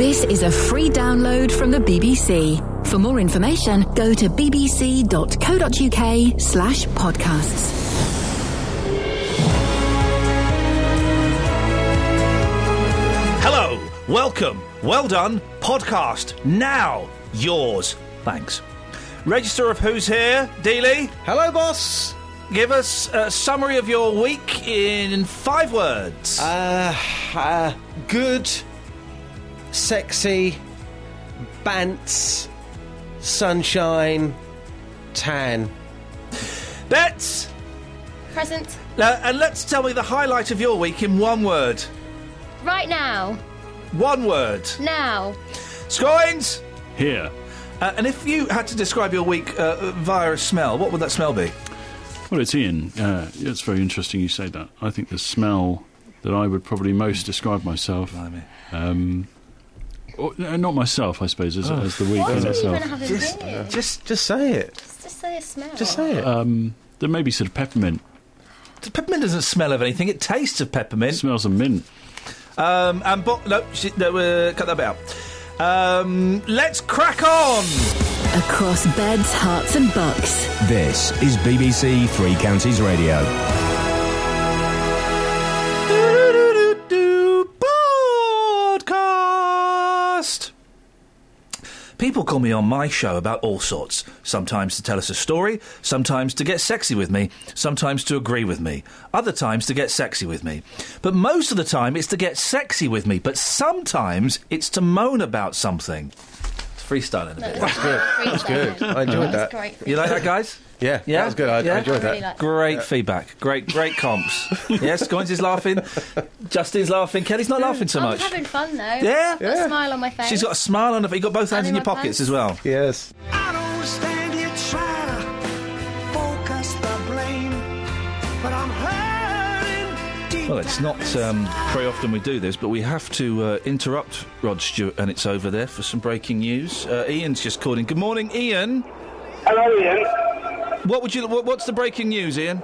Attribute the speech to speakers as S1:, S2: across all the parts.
S1: This is a free download from the BBC. For more information, go to bbc.co.uk slash podcasts.
S2: Hello, welcome, well done, podcast, now yours. Thanks. Register of who's here, Dealey. Hello, boss. Give us a summary of your week in five words.
S3: Uh, uh, good, sexy, bants, sunshine, tan.
S2: Bets!
S4: Present.
S2: Now, and let's tell me the highlight of your week in one word.
S4: Right now.
S2: One word.
S4: Now.
S2: Scoins! Here. Uh, and if you had to describe your week uh, via a smell, what would that smell be?
S5: Well, it's Ian. Uh, it's very interesting you say that. I think the smell that I would probably most describe myself. Um, or, uh, not myself, I suppose, as, as the week
S4: Why
S5: in
S4: do you
S5: itself.
S4: even have a Just-
S2: uh,
S4: beard?
S5: just, just say it.
S4: Let's just say a smell.
S5: Um, there may be sort of peppermint.
S2: Peppermint doesn't smell of anything. It tastes of peppermint.
S5: smells of mint.
S2: Um, and bo- no, sh- no uh, cut that bit out. Um, let's crack on.
S1: Across beds, hearts and bucks.
S6: This is BBC Three Counties Radio.
S2: Podcast. People call me on my show about all sorts. Sometimes to tell us a story, sometimes to get sexy with me, sometimes to agree with me, other times to get sexy with me. But most of the time it's to get sexy with me, but sometimes it's to moan about something. It's freestyling a
S4: No,
S2: bit.
S4: that's That's good. freestyling. That's good. I enjoyed That's that. great
S2: You like that, guys? Yeah, yeah,
S3: that was good. I- I enjoyed I really that. like that.
S2: Great feedback. Great, great comps. yes, Goins is laughing. Justin's laughing. Kelly's not laughing so
S4: I'm
S2: much.
S4: having fun though.
S2: Yeah?
S4: Got A smile on my face.
S2: She's got a smile on her face. You've got both hands in
S4: And in
S2: your
S4: my
S2: pockets
S4: pants.
S2: as well. Yes.
S7: I don't stand here trying to focus the blame, but I'm hurting deep.
S2: Well, it's not um, very often we do this, but we have to uh, interrupt Rod Stewart and it's over there for some breaking news. Uh, Ian's just called in. Good morning, Ian. Hello, Ian. What would you? What, what's the breaking news, Ian?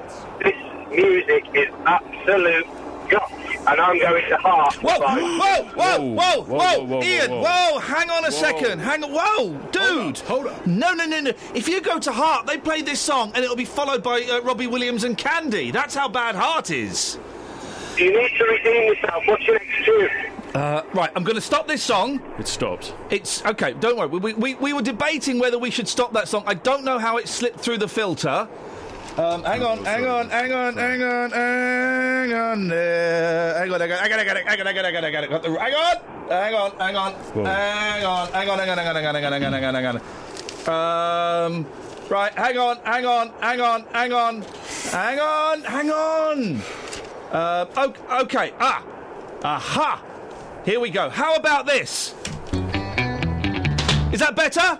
S8: music is absolute guts, and I'm going to heart.
S2: Whoa,
S8: Bye.
S2: whoa, whoa, whoa, whoa,
S8: whoa, whoa,
S2: Ian,
S8: whoa,
S2: whoa,
S8: whoa.
S2: hang on a
S8: Whoa.
S2: second, hang on, whoa, dude, hold up. No, no, no, no. If you go to Heart, they play this song, and it'll be followed by uh, Robbie Williams and Candy. That's how bad Heart is.
S8: You need to redeem yourself. What's your next tune?
S2: Uh, right, I'm going to stop this song. It stopped. It's okay. Don't worry. We, we we were debating whether we should stop that song. I don't know how it slipped through the filter. Um, hang on, hang on, hang on, hang on, hang on, there. Uh, hang on, hang on, I got it, I got it, I got it, I got it, I got it, I got the, hang on, hang on, hang on, hang on, hang on, hang on, hang on, hang on, hang on, hang on, hang on, hang on. Um, right, hang on, hang on, hang on, hang on, hang on, hang on. Uh, o- okay, ah, aha, here we go. How about this? Is that better?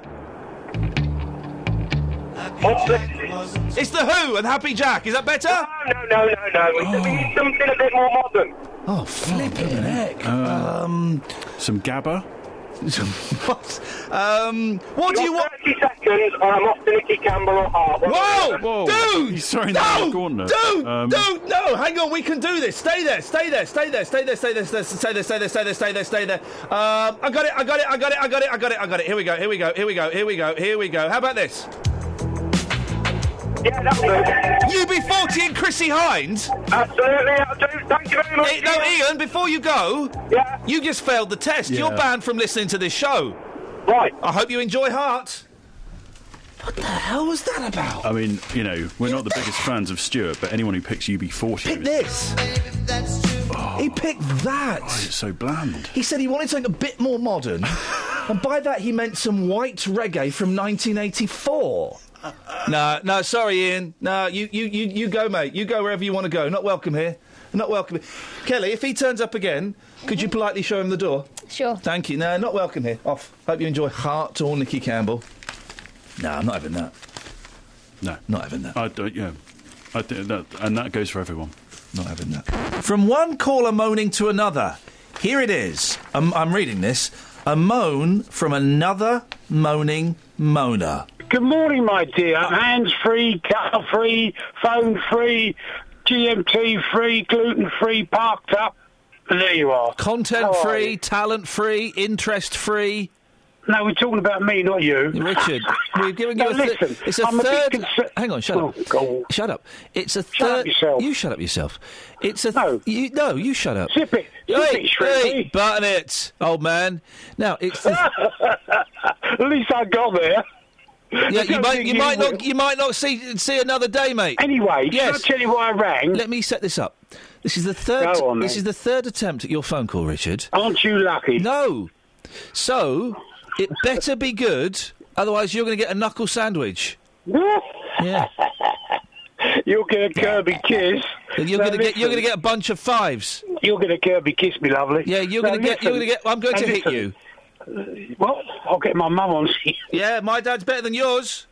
S2: It's the Who and Happy Jack. Is that better?
S8: No, no, no, no. We we need something a bit more modern.
S2: Oh, flipping heck.
S5: um, some GABA.
S2: what? Um, what do you want?
S8: 30 seconds, or I'm off to Nicky Campbell or Hart.
S2: Whoa! Dude!
S5: He's throwing
S2: no!
S5: that in the corner.
S2: Dude!
S5: Um,
S2: dude! No! Hang on, we can do this. Stay there, stay there, stay there, stay there, stay there, stay there, stay there, stay there, stay there, stay there, stay there. Um, I got it, I got it, I got it, I got it, I got it, I got it. Here we go, here we go, here we go, here we go, here we go. How about this?
S8: Yeah, that was
S2: UB40 and Chrissy Hines?
S8: Absolutely, I do. Thank you very much.
S2: no, Ian, before you go,
S8: yeah.
S2: you just failed the test.
S5: Yeah.
S2: You're banned from listening to this show.
S8: Right.
S2: I hope you enjoy Heart. What the hell was that about?
S5: I mean, you know, we're not the biggest fans of Stuart, but anyone who picks UB40
S2: Pick
S5: is
S2: this. He picked that.
S5: so bland.
S2: He said he wanted something a bit more modern. and by that, he meant some white reggae from 1984. no, no, sorry, Ian. No, you, you, you, you go, mate. You go wherever you want to go. Not welcome here. Not welcome. Kelly, if he turns up again, could you politely show him the door?
S4: Sure.
S2: Thank you. No, not welcome here. Off. Hope you enjoy Heart or Nicky Campbell. No, I'm not having that.
S5: No,
S2: not having that.
S5: I don't. Yeah, I think that, and that goes for everyone.
S2: Not having that. From one caller moaning to another. Here it is. I'm, I'm reading this. A moan from another moaning moaner.
S9: Good morning, my dear. Hands free, car free, phone free, GMT free, gluten free, parked up. There you are.
S2: Content free, talent free, interest free.
S9: No, we're talking about me, not you.
S2: Richard, we've given you
S9: No,
S2: a third.
S9: listen,
S2: it's a
S9: I'm a bit
S2: third.
S9: concern-
S2: hang on, shut
S9: Oh,
S2: up.
S9: go on.
S2: Shut up. It's a
S9: Shut up
S2: third.
S9: yourself.
S2: You shut up yourself. It's a. no. You, no, you shut up.
S9: Zip it. Zip
S2: Hey,
S9: it, Shrimpy.
S2: hey, button it, old man. Now, it's. The,
S9: At least I got there.
S2: yeah,
S9: I
S2: you
S9: don't
S2: might,
S9: think
S2: you might
S9: will.
S2: not, you might not see see another day, mate.
S9: Anyway, shall I tell you why I rang?
S2: Let me set this up. This is the third.
S9: Go on,
S2: this
S9: then.
S2: is the third attempt at your phone call, Richard.
S9: Aren't you lucky?
S2: No. So it better be good, otherwise you're going to get a knuckle sandwich. yeah.
S9: You'll get a Kirby kiss.
S2: You're
S9: Now
S2: going to get. You're
S9: listen.
S2: going to get a bunch of fives.
S9: You're going to Kirby kiss me, lovely.
S2: Yeah, you're
S9: Now
S2: going to get. You're
S9: listen.
S2: going to get. I'm going
S9: Now
S2: to hit
S9: listen. Uh,
S2: you.
S9: Well, I'll get my mum on.
S2: yeah, my dad's better than yours.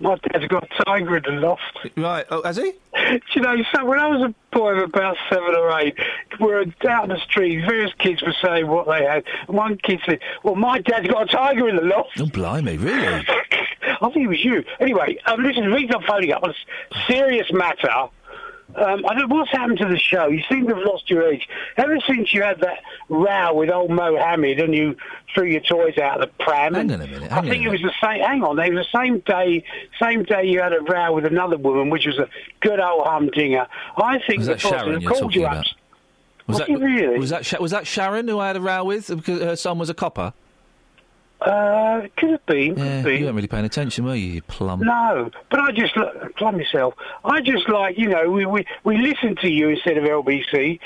S9: My dad's got a tiger in the loft.
S2: Right. Oh, has he?
S9: Do you know, so when I was a boy of about seven or eight, we were out in the street. Various kids were saying what they had. And one kid said, "Well, my dad's got a tiger in the loft."
S2: Oh, blimey, really?
S9: I think it was you. Anyway, um, listen, the reason I'm phoning up on a serious matter. Um, I don't know what's happened to the show. You seem to have lost your edge. Ever since you had that row with old Mohammed and you threw your toys out of the pram. Hang on a minute. I think it was the same. Hang on, it was the same day. Same day you had a row with another woman, which was a good old humdinger. I think
S2: Was
S9: the
S2: that Sharon
S9: person
S2: you're
S9: called you
S2: talking
S9: up.
S2: about? Was that really? was that Sha- was that Sharon who I had a row with because her son was a copper?
S9: Uh, could have been. Could
S2: Yeah,
S9: have been.
S2: you weren't really paying attention, were you? You plum.
S9: No, but I just li- plumb myself. I just like you know we we, we listen to you instead of LBC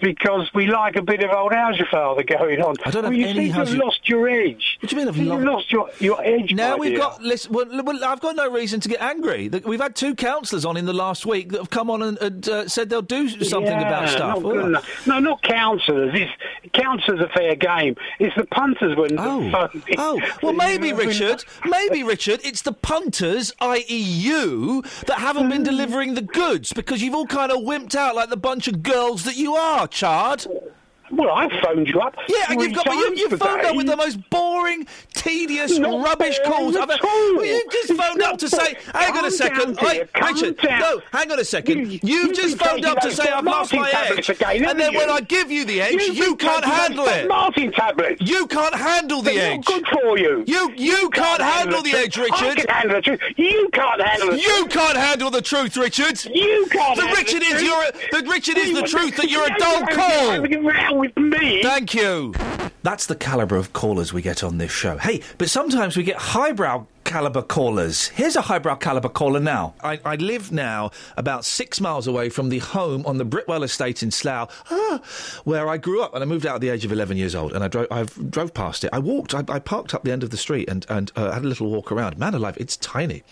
S9: because we like a bit of old how's your father going on. I don't well,
S2: have
S9: you
S2: any
S9: seem to
S2: How's
S9: have
S2: Your-
S9: lost your edge.
S2: What do you mean I've
S9: You've
S2: lost-
S9: lost your your edge?
S2: Now
S9: my
S2: we've
S9: dear.
S2: got. Listen, well, l- well, I've got no reason to get angry. The- We've had two councillors on in the last week that have come on and, and uh, said they'll do something
S9: Yeah,
S2: about stuff.
S9: not good enough. no, not councillors. It's councillors are fair game. It's the punters when. Oh,
S2: oh. Well, maybe Richard, maybe Richard, it's the punters, i.e., you, that haven't been delivering the goods because you've all kind of wimped out like the bunch of girls that you are, Chard.
S9: Well, I phoned you up.
S2: Yeah, and you've got but you,
S9: three
S2: you
S9: times
S2: phoned up
S9: today.
S2: with the most boring, tedious,
S9: Not
S2: rubbish
S9: boring
S2: calls
S9: at
S2: I've ever.
S9: all.
S2: Well, you just
S9: It's
S2: phoned
S9: not
S2: up to say,
S9: boring.
S2: hang on
S9: Calm
S2: a second,
S9: down,
S2: Oi,
S9: dear, calm
S2: Richard.
S9: down.
S2: No, hang on a second.
S9: You-
S2: You,
S9: you've
S2: just
S9: been
S2: phoned
S9: taking
S2: up to
S9: those
S2: say
S9: Dr.
S2: I've lost my
S9: Martin
S2: edge,
S9: tablets again,
S2: and then
S9: haven't
S2: when
S9: you?
S2: I give you the edge,
S9: You've been
S2: you can't
S9: taking those
S2: handle
S9: Dr.
S2: it.
S9: Martin tablets.
S2: You can't handle the
S9: They're
S2: edge.
S9: not good for you.
S2: You you can't handle the
S9: truth.
S2: edge, Richard.
S9: I can handle the truth. You can't handle the
S2: You
S9: truth.
S2: can't handle the truth, Richard.
S9: You can't
S2: The
S9: handle
S2: Richard
S9: the
S2: is
S9: truth.
S2: your the Richard is
S9: You
S2: the
S9: want
S2: truth
S9: to-
S2: that you're a
S9: No,
S2: dull
S9: you're
S2: call.
S9: having a row with me.
S2: Thank you. That's the calibre of callers we get on this show. Hey, but sometimes we get highbrow calibre callers. Here's a highbrow calibre caller now. I, I live now about six miles away from the home on the Britwell Estate in Slough, ah, where I grew up, and I moved out at the age of 11 years old. And I drove, I drove past it. I walked. I, I parked up the end of the street and and uh, had a little walk around. Man alive, it's tiny.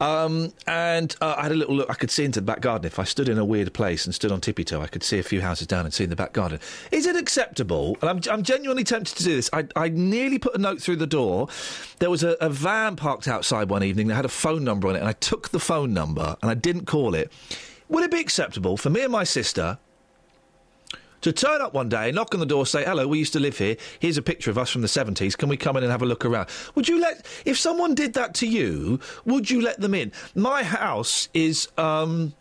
S2: Um, and uh, I had a little look. I could see into the back garden. If I stood in a weird place and stood on tippy toe, I could see a few houses down and see in the back garden. Is it acceptable? And I'm, I'm genuinely tempted to do this. I, I nearly put a note through the door. There was a, a van parked outside one evening that had a phone number on it, and I took the phone number and I didn't call it. Would it be acceptable for me and my sister to turn up one day, knock on the door, say, "Hello, we used to live here. Here's a picture of us from the '70s. Can we come in and have a look around?" Would you let if someone did that to you? Would you let them in? My house is um,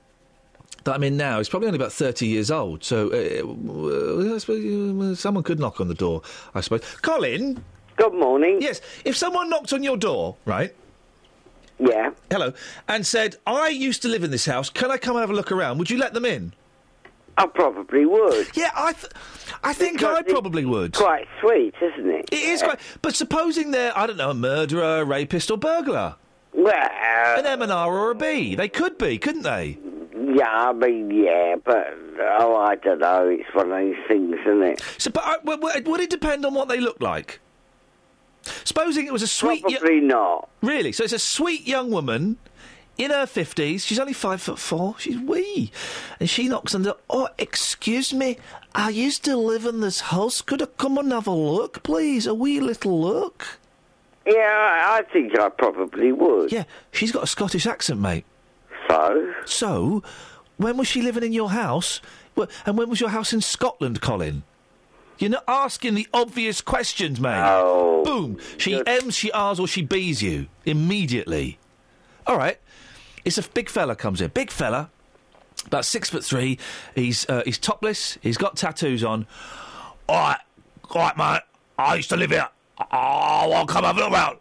S2: that I'm in now is probably only about 30 years old, so uh, w- I suppose, uh, someone could knock on the door. I suppose. Colin.
S10: Good morning.
S2: Yes, if someone knocked on your door, right?
S10: Yeah.
S2: Hello, and said, "I used to live in this house. Can I come and have a look around?" Would you let them in?
S10: I probably would.
S2: Yeah, I, th- I think I probably would.
S10: Quite sweet, isn't it?
S2: It is quite. But supposing they're, I don't know, a murderer, a rapist, or burglar.
S10: Well, uh,
S2: an M and R or a B. They could be, couldn't they?
S10: Yeah, I mean, yeah, but oh, I don't know. It's one of these things, isn't it?
S2: So, but I, w- w- would it depend on what they look like? Supposing it was a sweet.
S10: Probably not.
S2: Really? So it's a sweet young woman in her fifties. She's only five foot four. She's wee, and she knocks on the. Oh, excuse me. I used to live in this house. Could I come and have a look, please? A wee little look.
S10: Yeah, I, I think I probably would.
S2: Yeah, she's got a Scottish accent, mate.
S10: So?
S2: So, when was she living in your house? Wh- And when was your house in Scotland, Colin? You're not asking the obvious questions, mate.
S10: Oh.
S2: Boom. She M's, she R's, or she B's you immediately. All right. It's a f- big fella comes in. Big fella. About six foot three. He's uh, he's topless. He's got tattoos on. All right, all right, mate. I used to live here. Oh, I'll come have a look round.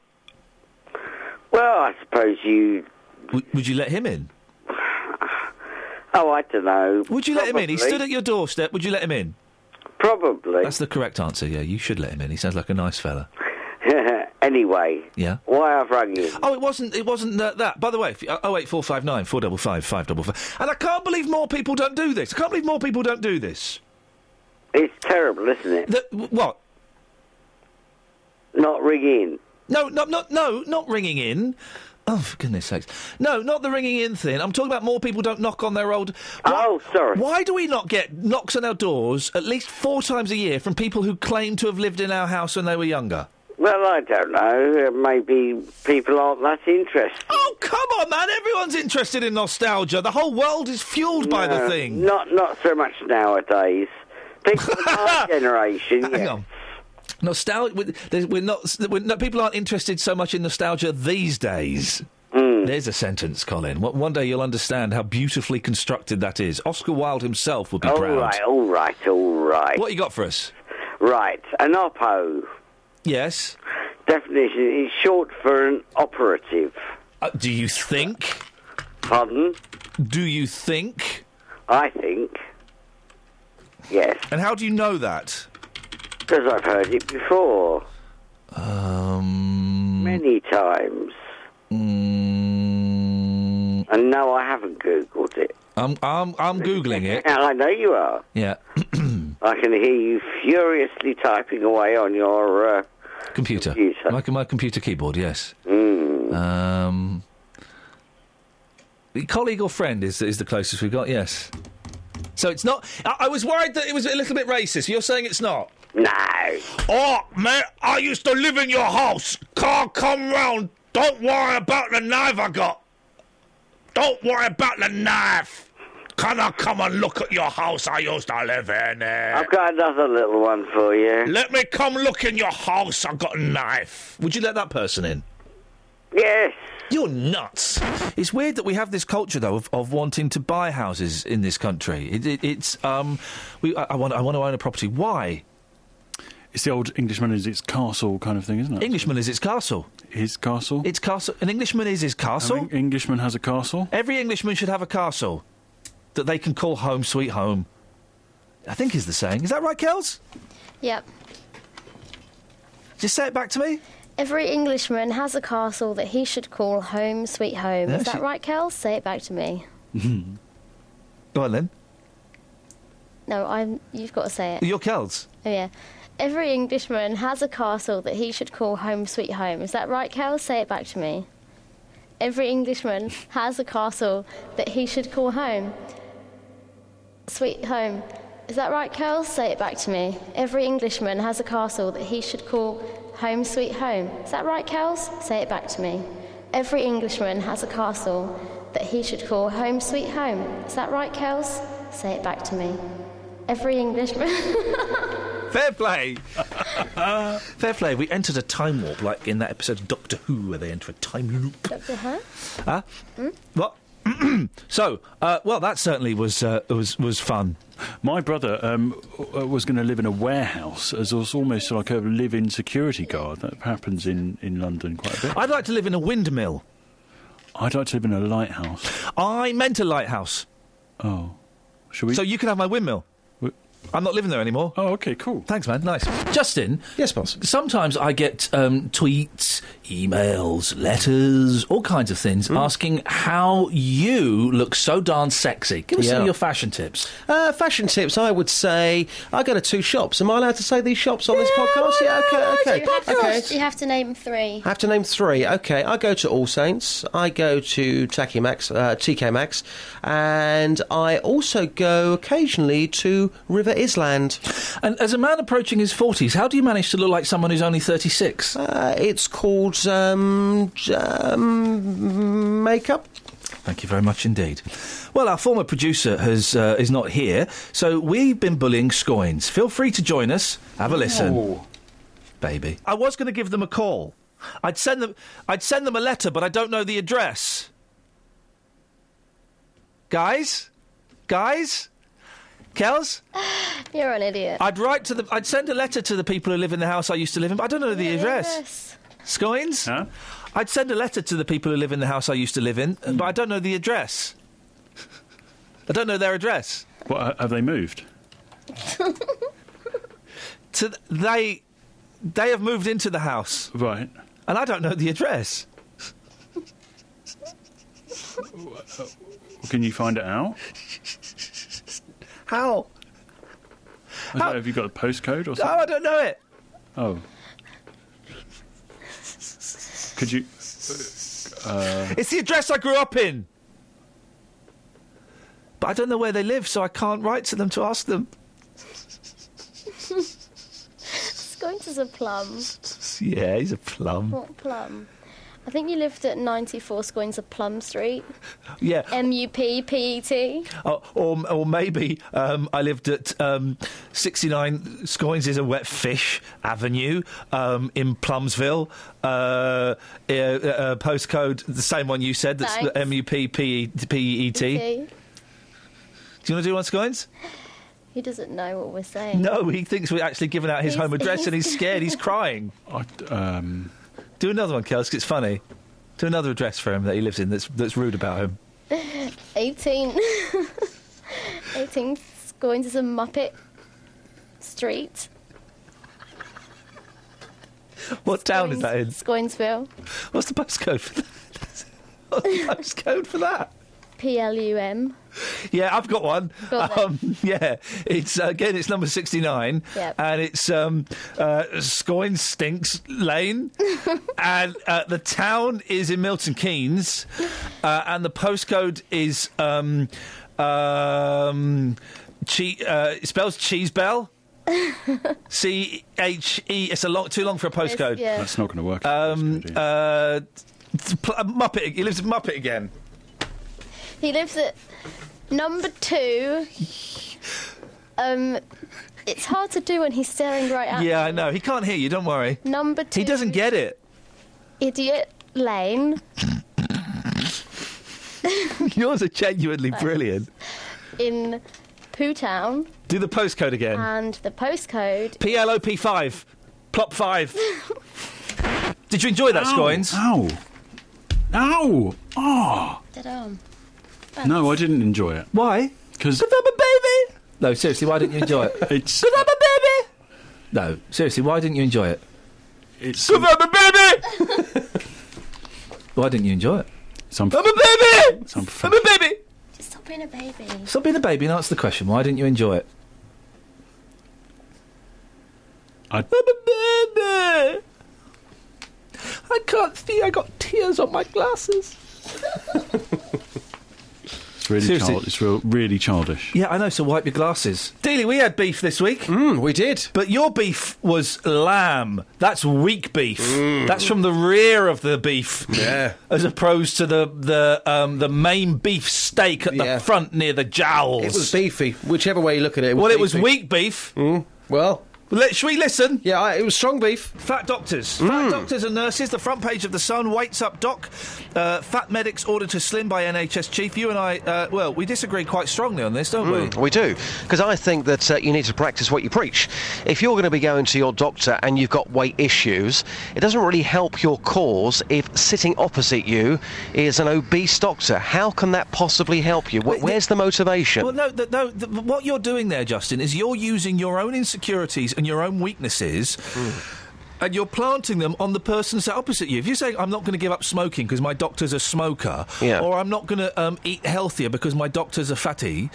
S10: Well, I suppose you.
S2: W- would you let him in?
S10: Oh, I don't know.
S2: Would you let him in? He stood at your doorstep. Would you let him in?
S10: Probably.
S2: That's the correct answer. Yeah, you should let him in. He sounds like a nice fella.
S10: anyway,
S2: Yeah.
S10: why I've rung you?
S2: Oh, it wasn't. It wasn't that. that. By the way, oh eight four five nine four double five five double five. And I can't believe more people don't do this. I can't believe more people don't do this.
S10: It's terrible, isn't it?
S2: The, w- what?
S10: Not ringing.
S2: No, no, no, no, not ringing in. Oh, for goodness sakes. No, not the ringing in thing. I'm talking about more people don't knock on their old. oh,
S10: sorry.
S2: Why do we not get knocks on our doors at least four times a year from people who claim to have lived in our house when they were younger?
S10: Well, I don't know. Maybe people aren't that interested.
S2: Oh, come on, man. Everyone's interested in nostalgia. The whole world is fuelled by the
S10: No,
S2: thing.
S10: Uh, Not not so much nowadays. People of my generation.
S2: Hang
S10: yeah.
S2: on. Nostalgia. We're, there's- we're not. We're, no, people aren't interested so much in nostalgia these days.
S10: Hmm.
S2: There's a sentence, Colin. One- One day you'll understand how beautifully constructed that is. Oscar Wilde himself would be
S10: All
S2: proud.
S10: right, all right, all right.
S2: What you got for us?
S10: Right, an oppo.
S2: Yes.
S10: Definition is short for an operative.
S2: Uh, do you think?
S10: Pardon?
S2: Do you think?
S10: I think. Yes.
S2: And how do you know that?
S10: Because I've heard it before. Um. Many times. And no, I haven't googled it.
S2: mm. I'm I'm I'm googling it.
S10: And I know you are.
S2: Yeah.
S10: I can hear you furiously typing away on your. Uh,
S2: Computer. Like my computer keyboard, yes.
S10: Hmm.
S2: Um, the colleague or friend is, is the closest we've got, yes. So it's not. I, I was worried that it was a little bit racist. You're saying it's not?
S10: No.
S2: Oh, man, I used to live in your house. Can't come round. Don't worry about the knife I got. Don't worry about the knife. Can I come and look at your house I used to live in?
S10: I've got another little one for you.
S2: Let me come look in your house. I've got a knife. Would you let that person in?
S10: Yes.
S2: You're nuts. It's weird that we have this culture, though, of, of wanting to buy houses in this country. It, it, it's um, we, I, I want I want to own a property. Why?
S5: It's the old Englishman is its castle kind of thing, isn't it?
S2: Englishman is its castle.
S5: His castle.
S2: It's castle. An Englishman is his castle.
S5: An Eng- Englishman has a castle.
S2: Every Englishman should have a castle that they can call home, sweet home. I think is the saying. Is that right, Kels?
S4: Yep.
S2: Just say it back to me.
S4: Every Englishman has a castle that he should call home, sweet home.
S2: Yeah,
S4: Is that
S2: she-
S4: right, Kel? Say it back to me.
S2: Go on then.
S4: No, I'm. You've got to say it.
S2: You're Kels.
S4: Oh yeah. Every Englishman has a castle that he should call home, sweet home. Is that right, Kel? Say it back to me. Every Englishman has a castle that he should call home, sweet home. Is that right, Kel? Say it back to me. Every Englishman has a castle that he should call home, sweet home. Is that right, Kel? Say it back to me. Every Englishman has a castle that he should call home, sweet home. Is that right, Kel? Say it back to me. Every Englishman.
S2: Fair play. Fair play. We entered a time warp, like in that episode of Doctor Who, where they enter a time loop.
S4: Doctor Who?
S2: Huh? What? so, uh, well, that certainly was uh, was was fun.
S5: My brother um, w- uh, was going to live in a warehouse as was almost like a live-in security guard. That happens in, in London quite a bit.
S2: I'd like to live in a windmill.
S5: I'd like to live in a lighthouse.
S2: I meant a lighthouse.
S5: Oh, should we?
S2: So you can have my windmill. I'm not living there anymore.
S5: Oh, okay, cool.
S2: Thanks, man. Nice. Justin.
S3: Yes, boss.
S2: Sometimes I get um, tweets, emails, letters, all kinds of things
S5: Hmm.
S2: asking how you look so darn sexy. Give us some
S3: Yeah.
S2: of your fashion tips.
S3: Uh, fashion tips, I would say I go to two shops. Am I allowed to say these shops on this podcast? Yeah, okay,
S4: You have,
S3: okay, okay.
S4: Oh, to, you have to name three.
S3: I have to name three. Okay, I go to All Saints, I go to Tacky Max, uh, TK Maxx, and I also go occasionally to River Island.
S2: And as a man approaching his 40s, how do you manage to look like someone who's only 36?
S3: Uh, it's called um, j- um, makeup.
S2: Thank you very much indeed. Well, our former producer has uh, is not here, so we've been bullying Scoins. Feel free to join us. Have a listen, baby. I was going to give them a call. I'd send them. I'd send them a letter, but I don't know the address. Guys, guys, Kels.
S4: You're an idiot.
S2: I'd write to the. I'd send a letter to the people who live in the house I used to live in, but I don't know the address. Scoins. Huh? I'd send a letter to the people who live in the house I used to live in,
S5: Hmm.
S2: but I don't know the address. I don't know their address.
S5: What, have they moved?
S2: to th- they they have moved into the house.
S5: Right.
S2: And I don't know the address.
S5: Can you find it out?
S2: How?
S5: I don't know, have you got a postcode or
S2: Oh,
S5: something?
S2: I don't know it.
S5: Oh. Could you? Uh,
S2: It's the address I grew up in. But I don't know where they live, so I can't write to them to ask them.
S4: Scoint is a plum.
S2: Yeah, he's a plum.
S4: What plum? I think you lived at 94 Scoins of Plum Street.
S2: Yeah.
S4: M U P P E T.
S2: Or, Oh, or, or maybe um, I lived at um, 69 Scoins is a wet fish avenue um, in Plumsville. Uh, uh, uh, postcode, the same one you said, that's
S4: Thanks.
S2: M U P P E T. Do you want to do one, Scoins?
S4: He doesn't know what we're saying.
S2: No, he thinks we're actually giving out his
S4: He's-
S2: home address and he's
S4: he's-
S2: scared. He's crying.
S5: um,
S2: Do another one, Kels, 'cause it's funny. Do another address for him that he lives in that's, that's rude about him.
S4: 18. 18 Scoins is a Muppet Street.
S2: What town is that in?
S4: Scoinsville.
S2: What's the postcode for that? What's the postcode for that?
S4: P L U M.
S2: Yeah, I've got one.
S4: Got that.
S2: um, yeah, it's uh, again, it's number sixty-nine,
S4: Yep.
S2: and it's um, uh, Scoin Stinks Lane, and uh, the town is in Milton Keynes, uh, and the postcode is um, um, che- uh, it spells Cheese Bell. C H E. It's a long, too long for a postcode.
S4: yeah.
S5: That's not going to work.
S2: Um, uh, t- pl- uh, Muppet. He lives in Muppet again.
S4: He lives at number two. Um, it's hard to do when he's staring right at
S2: Yeah, I know. He can't hear you. Don't worry.
S4: number two.
S2: He doesn't get it.
S4: Idiot Lane.
S2: Yours are genuinely
S4: Thanks.
S2: brilliant.
S4: in Pootown,
S2: Do the postcode again.
S4: and the postcode.
S2: P L O P five, plop five. Did you enjoy that,
S5: Ow,
S2: Scoins?
S5: Ow! Ow! Ah!
S4: Ta-dam.
S5: No, I didn't enjoy it.
S2: Why?
S5: Because
S2: I'm a baby. No, seriously, why didn't you enjoy it?
S5: it's
S2: Cause I'm a baby. No, seriously, why didn't you enjoy it?
S5: it's
S2: Cause I'm a baby. why didn't you enjoy it?
S5: it's un-
S2: I'm a baby.
S5: it's un-
S2: I'm a baby.
S4: Stop being a baby.
S2: Stop being a baby and answer the question. Why didn't you enjoy it?
S5: I-
S2: I'm a baby. I can't see. I got tears on my glasses.
S5: it's really
S2: Seriously.
S5: child, it's real, really childish.
S2: Yeah, I know. So wipe your glasses. Dealey, we had beef this week,
S3: Mm, we did.
S2: but your beef was lamb. That's weak beef. That's from the rear of the beef.
S3: Mm. Yeah.
S2: As opposed to the the um, the main beef steak at
S3: Yeah.
S2: the front near the jowls.
S3: It was beefy, whichever way you look at it. it was
S2: well, it was
S3: beefy. Mm,
S2: weak beef.
S3: Well,
S2: Let, should we listen?
S3: yeah, I, it was strong beef. Mm.
S2: Fat doctors. Fat doctors and nurses. The front page of The Sun. Waits up, doc. Uh, fat medics ordered to slim by NHS chief. You and I, uh, well, we disagree quite strongly on this, don't we?
S11: Mm, We do, because I think that uh, you need to practice what you preach. If you're going to be going to your doctor and you've got weight issues, it doesn't really help your cause if sitting opposite you is an obese doctor. How can that possibly help you? Wh-
S2: Wait,
S11: Where's the motivation?
S2: Well, no, th no. Th what you're doing there, Justin, is you're using your own insecurities and your own weaknesses. And you're planting them on the person sat opposite you. If you're saying, I'm not going to give up smoking because my doctor's a smoker,
S11: Yeah.
S2: or I'm not going to um, eat healthier because my doctor's a fatty,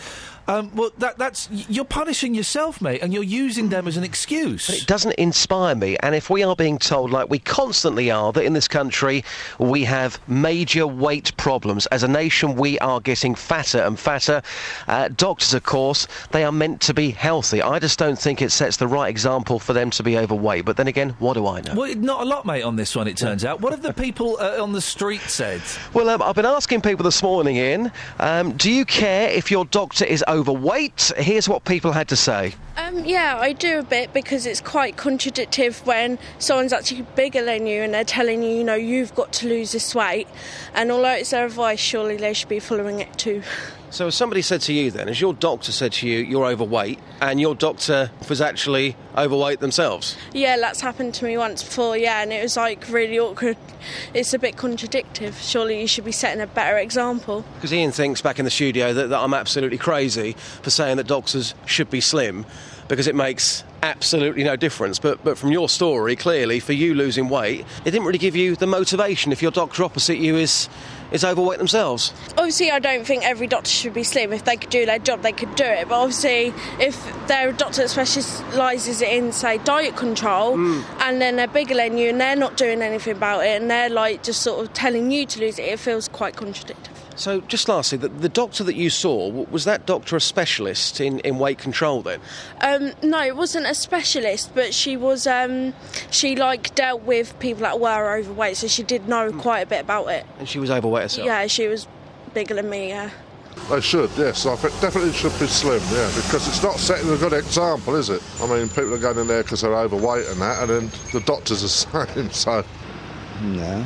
S2: um, well, that, that's, y- you're punishing yourself, mate, and you're using them as an excuse.
S11: It doesn't inspire me. And if we are being told, like we constantly are, that in this country we have major weight problems, as a nation we are getting fatter and fatter. Uh, doctors, of course, they are meant to be healthy. I just don't think it sets the right example for them to be overweight. But then again, what do I know?
S2: Well, not a lot, mate, on this one, it turns out. What have the people uh, on the street said?
S11: Well, um, I've been asking people this morning in, um, do you care if your doctor is overweight? Here's what people had to say.
S12: Um, yeah, I do a bit because it's quite contradictive when someone's actually bigger than you and they're telling you, you know, you've got to lose this weight. And although it's their advice, surely they should be following it too.
S11: So, if somebody said to you then, as your doctor said to you, you're overweight, and your doctor was actually overweight themselves?
S12: Yeah, that's happened to me once before, yeah, and it was like really awkward. It's a bit contradictive. Surely you should be setting a better example.
S11: Because Ian thinks back in the studio that, that I'm absolutely crazy for saying that doctors should be slim because it makes absolutely no difference. But, but from your story, clearly, for you losing weight, it didn't really give you the motivation if your doctor opposite you is, is overweight themselves.
S12: Obviously, I don't think every doctor should be slim. If they could do their job, they could do it. But obviously, if their doctor specialises in, say, diet control, and then they're bigger than you and they're not doing anything about it, and they're like just sort of telling you to lose it, it feels quite contradictive.
S11: So, just lastly, the, the doctor that you saw, w- was that doctor a specialist in, in weight control then?
S12: Um, no, it wasn't a specialist, but she was. Um, she like dealt with people that were overweight, so she did know quite a bit about it.
S11: And she was overweight herself.
S12: Yeah, she was bigger than me. Yeah.
S13: They should, yes. I think definitely should be slim, yeah, because it's not setting a good example, is it? I mean, people are going in there because they're overweight and that, and then the doctors are saying so.
S14: No.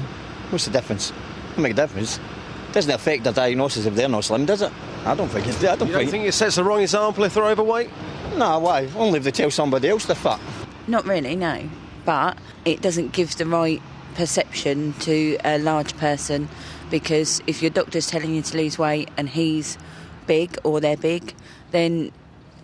S14: What's the difference? Doesn't make a difference. Doesn't affect their diagnosis if they're not slim, does it? I don't think it. I don't
S11: You don't
S14: think.
S11: think it sets the wrong example if they're overweight.
S14: No, why? Only if they tell somebody else they're fat.
S15: Not really, no. But it doesn't give the right perception to a large person because if your doctor's telling you to lose weight and he's big or they're big, then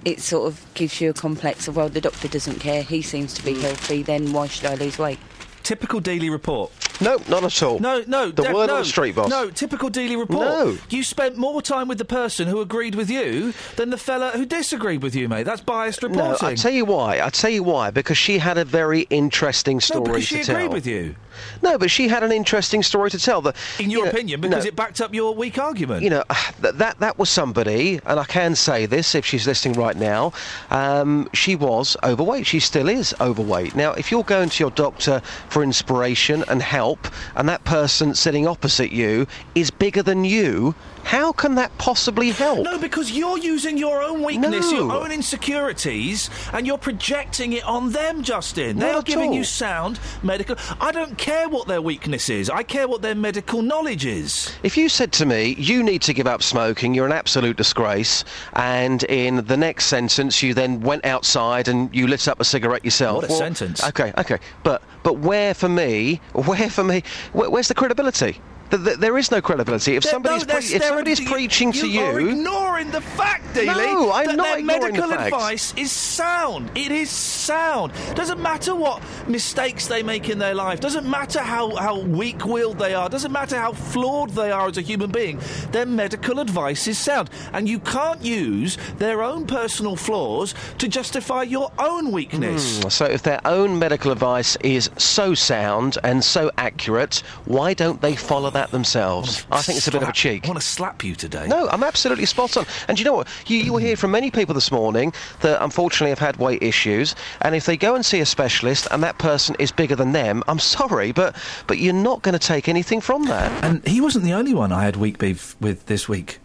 S15: it sort of gives you a complex of, well, the doctor doesn't care, he seems to be healthy, then why should I lose weight?
S2: Typical Daily Report.
S11: No, not at all.
S2: No, no.
S11: The
S2: Def-
S11: word
S2: no,
S11: on the street, boss.
S2: No, typical Daily Report.
S11: No.
S2: You spent more time with the person who agreed with you than the fella who disagreed with you, mate. That's biased reporting.
S11: No, I tell you why. I tell you why. Because she had a very interesting story
S2: because she
S11: to
S2: agreed
S11: tell.
S2: with you.
S11: No, but she had an interesting story to tell. That,
S2: In your
S11: you know-
S2: opinion, because
S11: no.
S2: it backed up your weak argument.
S11: You know, that, that that was somebody, and I can say this if she's listening right now. Um, she was overweight. She still is overweight. Now, if you're going to your doctor for inspiration and help, and that person sitting opposite you is bigger than you, how can that possibly help?
S2: No, because you're using your own weakness, your
S11: No.
S2: own insecurities, and you're projecting it on them, Justin. They
S11: Not
S2: are
S11: at
S2: giving you
S11: all.
S2: sound medical. I don't care what their weakness is. I care what their medical knowledge is.
S11: If you said to me, you need to give up smoking, you're an absolute disgrace, and in the next sentence you then went outside and you lit up a cigarette yourself.
S2: What a sentence.
S11: Okay, okay. But, but where for me, where for me, where, where's the credibility? Th th there is no credibility. If
S2: There-
S11: somebody's,
S2: no, there's-
S11: if
S2: there-
S11: somebody's preaching to
S2: are
S11: you.
S2: ignoring the fact, Daly.
S11: No, I'm
S2: that
S11: not
S2: Their
S11: ignoring the
S2: medical
S11: facts.
S2: advice is sound. It is sound. Doesn't matter what mistakes they make in their life. Doesn't matter how, how weak-willed they are. Doesn't matter how flawed they are as a human being. Their medical advice is sound, and you can't use their own personal flaws to justify your own weakness.
S11: Hmm, So, if their own medical advice is so sound and so accurate, why don't they follow that themselves? I think it's a bit of a cheek. I want
S2: to slap you today.
S11: No, I'm absolutely spot on. And do you know what? You, you will hear from many people this morning that unfortunately have had weight issues, and if they go and see a specialist and that person is bigger than them, I'm sorry, but but you're not going to take anything from that.
S2: And he wasn't the only one I had weak beef with this week.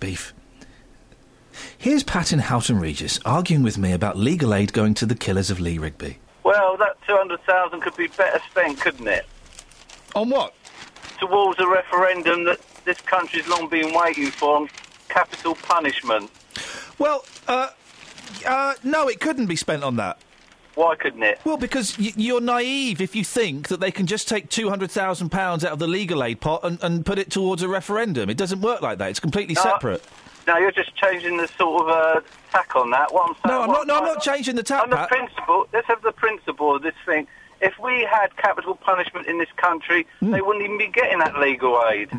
S2: Beef. Here's Pat in Houghton Regis arguing with me about legal aid going to the killers of Lee Rigby.
S16: Well, that 200,000 could be better spent, couldn't it?
S2: On what?
S16: Towards a referendum that this country's long been waiting for on capital punishment.
S2: Well, uh, uh, no, it couldn't be spent on that.
S16: Why couldn't it?
S2: Well, because y- you're naive if you think that they can just take £200,000 out of the legal aid pot and, and put it towards a referendum. It doesn't work like that. It's completely
S16: No,
S2: separate.
S16: Now, you're just changing the sort of uh, tack on that. What I'm saying,
S2: No, I'm
S16: what
S2: not, no, I'm not changing the tack,
S16: on the
S2: Pat.
S16: principle, let's have the principle of this thing. If we had capital punishment in this country,
S2: Hmm.
S16: they wouldn't even be getting that legal aid.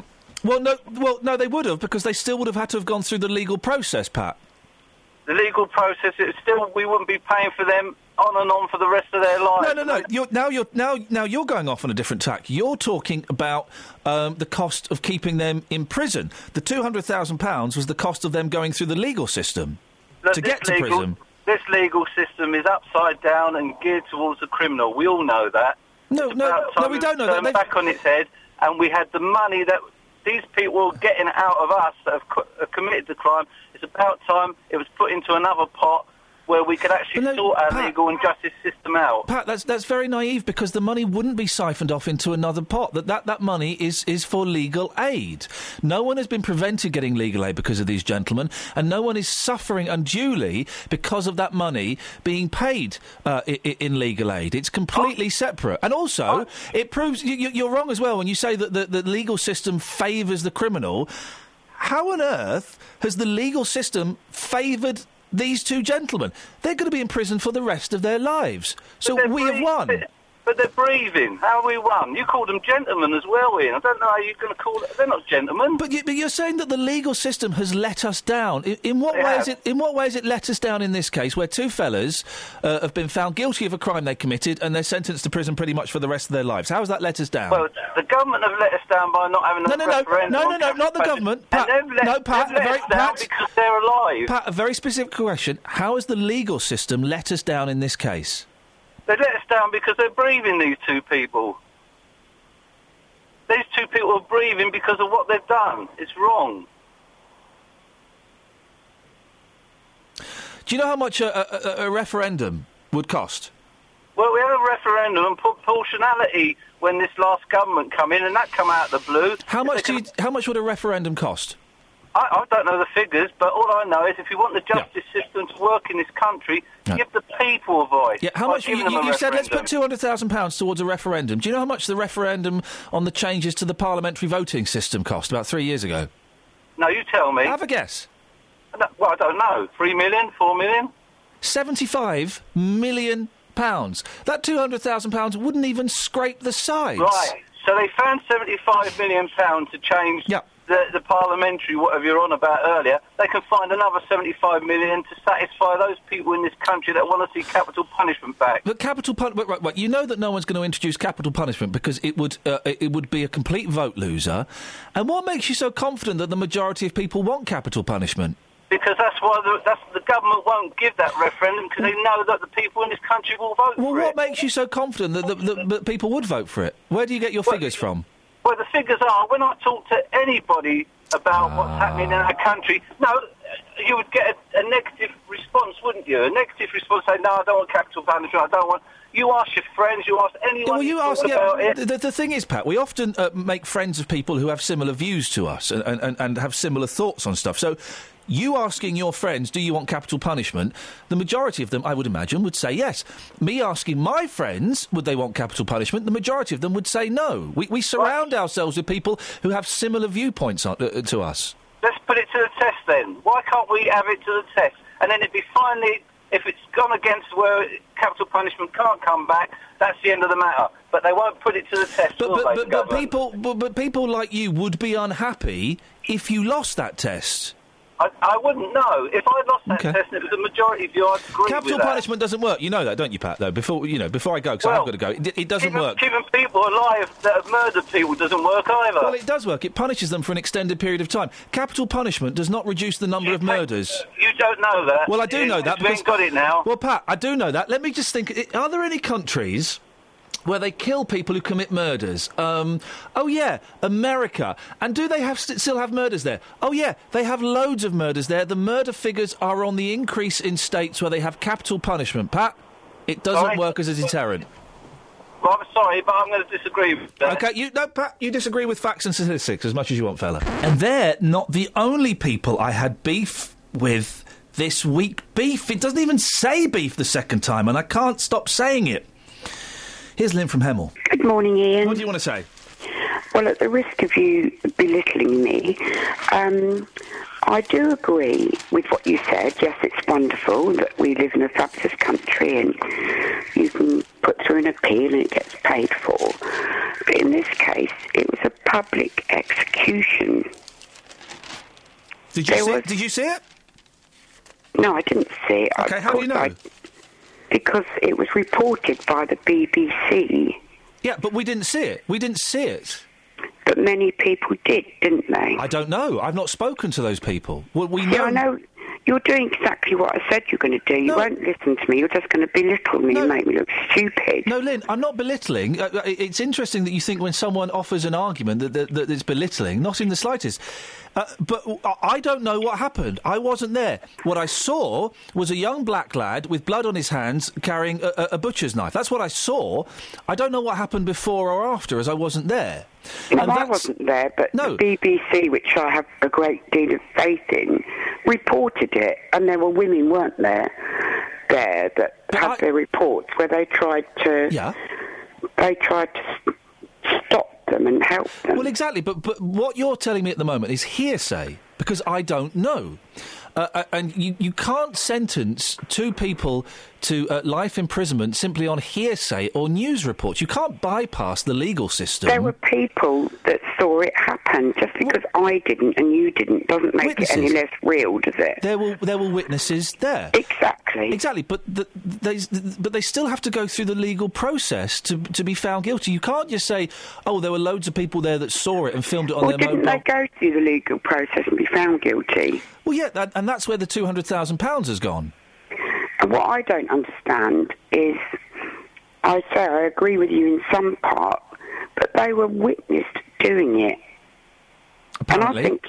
S2: Well, no, well, no, they would have because they still would have had to have gone through the legal process, Pat.
S16: The legal process, it's still, we wouldn't be paying for them on and on for the rest of their lives.
S2: No, no, no. You're, now you're now now you're going off on a different tack. You're talking about um, the cost of keeping them in prison. The two hundred thousand pounds was the cost of them going through the legal system
S16: Look,
S2: to
S16: this
S2: get to
S16: legal-
S2: prison.
S16: This legal system is upside down and geared towards the criminal. We all know that.
S2: No,
S16: no, no, we don't know that. back on its head, and we had the money that these people are getting out of us that have, co- have committed the crime. It's about time it was put into another pot where we could actually sort our legal and justice system out.
S2: Pat, that's that's very naive because the money wouldn't be siphoned off into another pot. That that, that money is is for legal aid. No one has been prevented getting legal aid because of these gentlemen, and no one is suffering unduly because of that money being paid uh, i- i- in legal aid. It's completely separate, and also it proves you, you- you're wrong as well when you say that the, the legal system favours the criminal. How on earth has the legal system favoured these two gentlemen? They're going to be in prison for the rest of their lives. So we have won.
S16: But they're breathing. How are we one? You called them gentlemen as well, Ian. I don't know how you're going to call them. They're not gentlemen.
S2: But, you, but you're saying that the legal system has let us down. In, in what
S16: It
S2: way
S16: has.
S2: is it? In what way has it let us down in this case, where two fellas uh, have been found guilty of a crime they committed and they're sentenced to prison pretty much for the rest of their lives? How has that let us down?
S16: Well, the government have let us down by not having a
S2: No, no, no.
S16: referendum.
S2: No, no,
S16: on
S2: no,
S16: capital
S2: not the
S16: budget.
S2: government.
S16: And
S2: Pat,
S16: they've let,
S2: no, Pat,
S16: they've let
S2: very-
S16: us down
S2: Pat.
S16: because they're alive.
S2: Pat, a very specific question. How has the legal system let us down in this case?
S16: They let us down because they're breathing, these two people. These two people are breathing because of what they've done. It's wrong.
S2: Do you know how much uh, a, a, a- a referendum would cost?
S16: Well, we had a referendum on proportionality when this last government come in, and that come out of the blue.
S2: How much do you, How much would a referendum cost?
S16: I, I don't know the figures, but all I know is if you want the justice system to work in this country,
S2: Yeah.
S16: give the people a voice.
S2: Yeah, how
S16: by
S2: much? You,
S16: giving them
S2: you,
S16: a
S2: you said let's put
S16: referendum.
S2: two hundred thousand pounds towards a referendum. Do you know how much the referendum on the changes to the parliamentary voting system cost about three years ago?
S16: No, you tell me.
S2: Have a guess.
S16: No, well, I don't know. Three million, four million.
S2: Seventy-five million pounds. That two hundred thousand pounds wouldn't even scrape the sides.
S16: Right. So they found seventy-five million pounds to change the, the parliamentary whatever you're on about earlier. They can find another seventy-five million to satisfy those people in this country that want to see capital punishment back.
S2: But capital pun- right, right, right. You know that no one's going to introduce capital punishment because it would uh, it it would be a complete vote loser. And what makes you so confident that the majority of people want capital punishment?
S16: Because that's why the, that's, the government won't give that referendum because they know that the people in this country will vote
S2: Well,
S16: for
S2: what
S16: it.
S2: makes you so confident that, that, that, that people would vote for it? Where do you get your figures from?
S16: Well, the figures are when I talk to anybody about
S2: Ah.
S16: what's happening in our country, no, you would get a, a negative response, wouldn't you? A negative response saying, no, I don't want capital punishment, I don't want. You ask your friends, you ask anyone
S2: Well, you
S16: who's
S2: ask.
S16: thought about
S2: Yeah,
S16: it.
S2: the, the thing is, Pat, we often uh, make friends of people who have similar views to us and, and- and, and have similar thoughts on stuff. So, you asking your friends, "Do you want capital punishment?" The majority of them, I would imagine, would say yes. Me asking my friends, "Would they want capital punishment?" The majority of them would say no. We, we surround ourselves with people who have similar viewpoints on, uh, to us.
S16: Let's put it to the test then. Why can't we have it to the test? And then it'd be finally, if it's gone against where capital punishment can't come back, that's the end of the matter. But they won't put it to the test, will they,
S2: But,
S16: the
S2: but, but
S16: government?
S2: people, but, but people like you would be unhappy if you lost that test.
S16: I, I wouldn't know. If I lost that
S2: Okay.
S16: test and it was a majority view, I'd agree
S2: Capital
S16: with that.
S2: punishment doesn't work. You know that, don't you, Pat? Though before you know, before I go, because I've got to go. It, it doesn't
S16: keeping,
S2: work.
S16: Keeping people alive that have murdered people doesn't work either.
S2: Well, it does work. It punishes them for an extended period of time. Capital punishment does not reduce the number of murders.
S16: you don't know that.
S2: Well, I do
S16: It-
S2: know that.
S16: You
S2: because-
S16: ain't got it now.
S2: Well, Pat, I do know that. Let me just think. Are there any countries? Where they kill people who commit murders. Um, oh yeah, America. And do they have st- still have murders there? Oh yeah, they have loads of murders there. The murder figures are on the increase in states where they have capital punishment. Pat, it doesn't
S16: Right.
S2: work as a deterrent.
S16: Well, I'm sorry, but I'm going to disagree with that.
S2: Okay, you no, Pat, you disagree with facts and statistics as much as you want, fella. And they're not the only people I had beef with this week. Beef. It doesn't even say beef the second time, and I can't stop saying it. Here's Lynn from Hemel.
S17: Good morning, Ian.
S2: What do you want to say?
S17: Well, at the risk of you belittling me, um, I do agree with what you said. Yes, it's wonderful that we live in a fabulous country and you can put through an appeal and it gets paid for. But in this case, it was a public execution.
S2: Did you
S17: There
S2: see?
S17: was-
S2: Did you see it?
S17: No, I didn't see it.
S2: Okay, how do you know?
S17: because it was reported by the BBC,
S2: Yeah, but we didn't see it. We didn't see it.
S17: but many people did, didn't they?
S2: I don't know. I've not spoken to those people. Well, we
S17: Yeah,
S2: know.
S17: I know. You're doing exactly what I said you're going to do. You won't listen to me. You're just going to belittle me and make me look stupid.
S2: No, Lynn, I'm not belittling. Uh, uh, It's interesting that you think when someone offers an argument that, that, that it's belittling. Not in the slightest. Uh, but w- I- I don't know what happened. I wasn't there. What I saw was a young black lad with blood on his hands carrying a, a, a butcher's knife. That's what I saw. I don't know what happened before or after, as I wasn't there.
S17: No, I wasn't there, but the BBC, which I have a great deal of faith in, reported it, and there were women, weren't there, there that had their reports where they tried to, they tried to s- stop them and help them.
S2: Well, exactly. But but what you're telling me at the moment is hearsay because I don't know. Uh, uh, and you, you can't sentence two people to uh, life imprisonment simply on hearsay or news reports. You can't bypass the legal system.
S17: There were people that saw it happen. Just because I didn't and you didn't doesn't make it any
S2: Witnesses.
S17: less real, does it?
S2: There were there were witnesses there.
S17: Exactly.
S2: Exactly. But the, they but they still have to go through the legal process to to be found guilty. You can't just say, "Oh, there were loads of people there that saw it and filmed it on
S17: Well,
S2: their
S17: didn't
S2: mobile."
S17: they go through the legal process and be found guilty?
S2: Well, yeah, that, and that's where the two hundred thousand pounds has gone.
S17: And what I don't understand is, I say I agree with you in some part, but they were witnessed doing it. And
S2: Apparently.
S17: I think,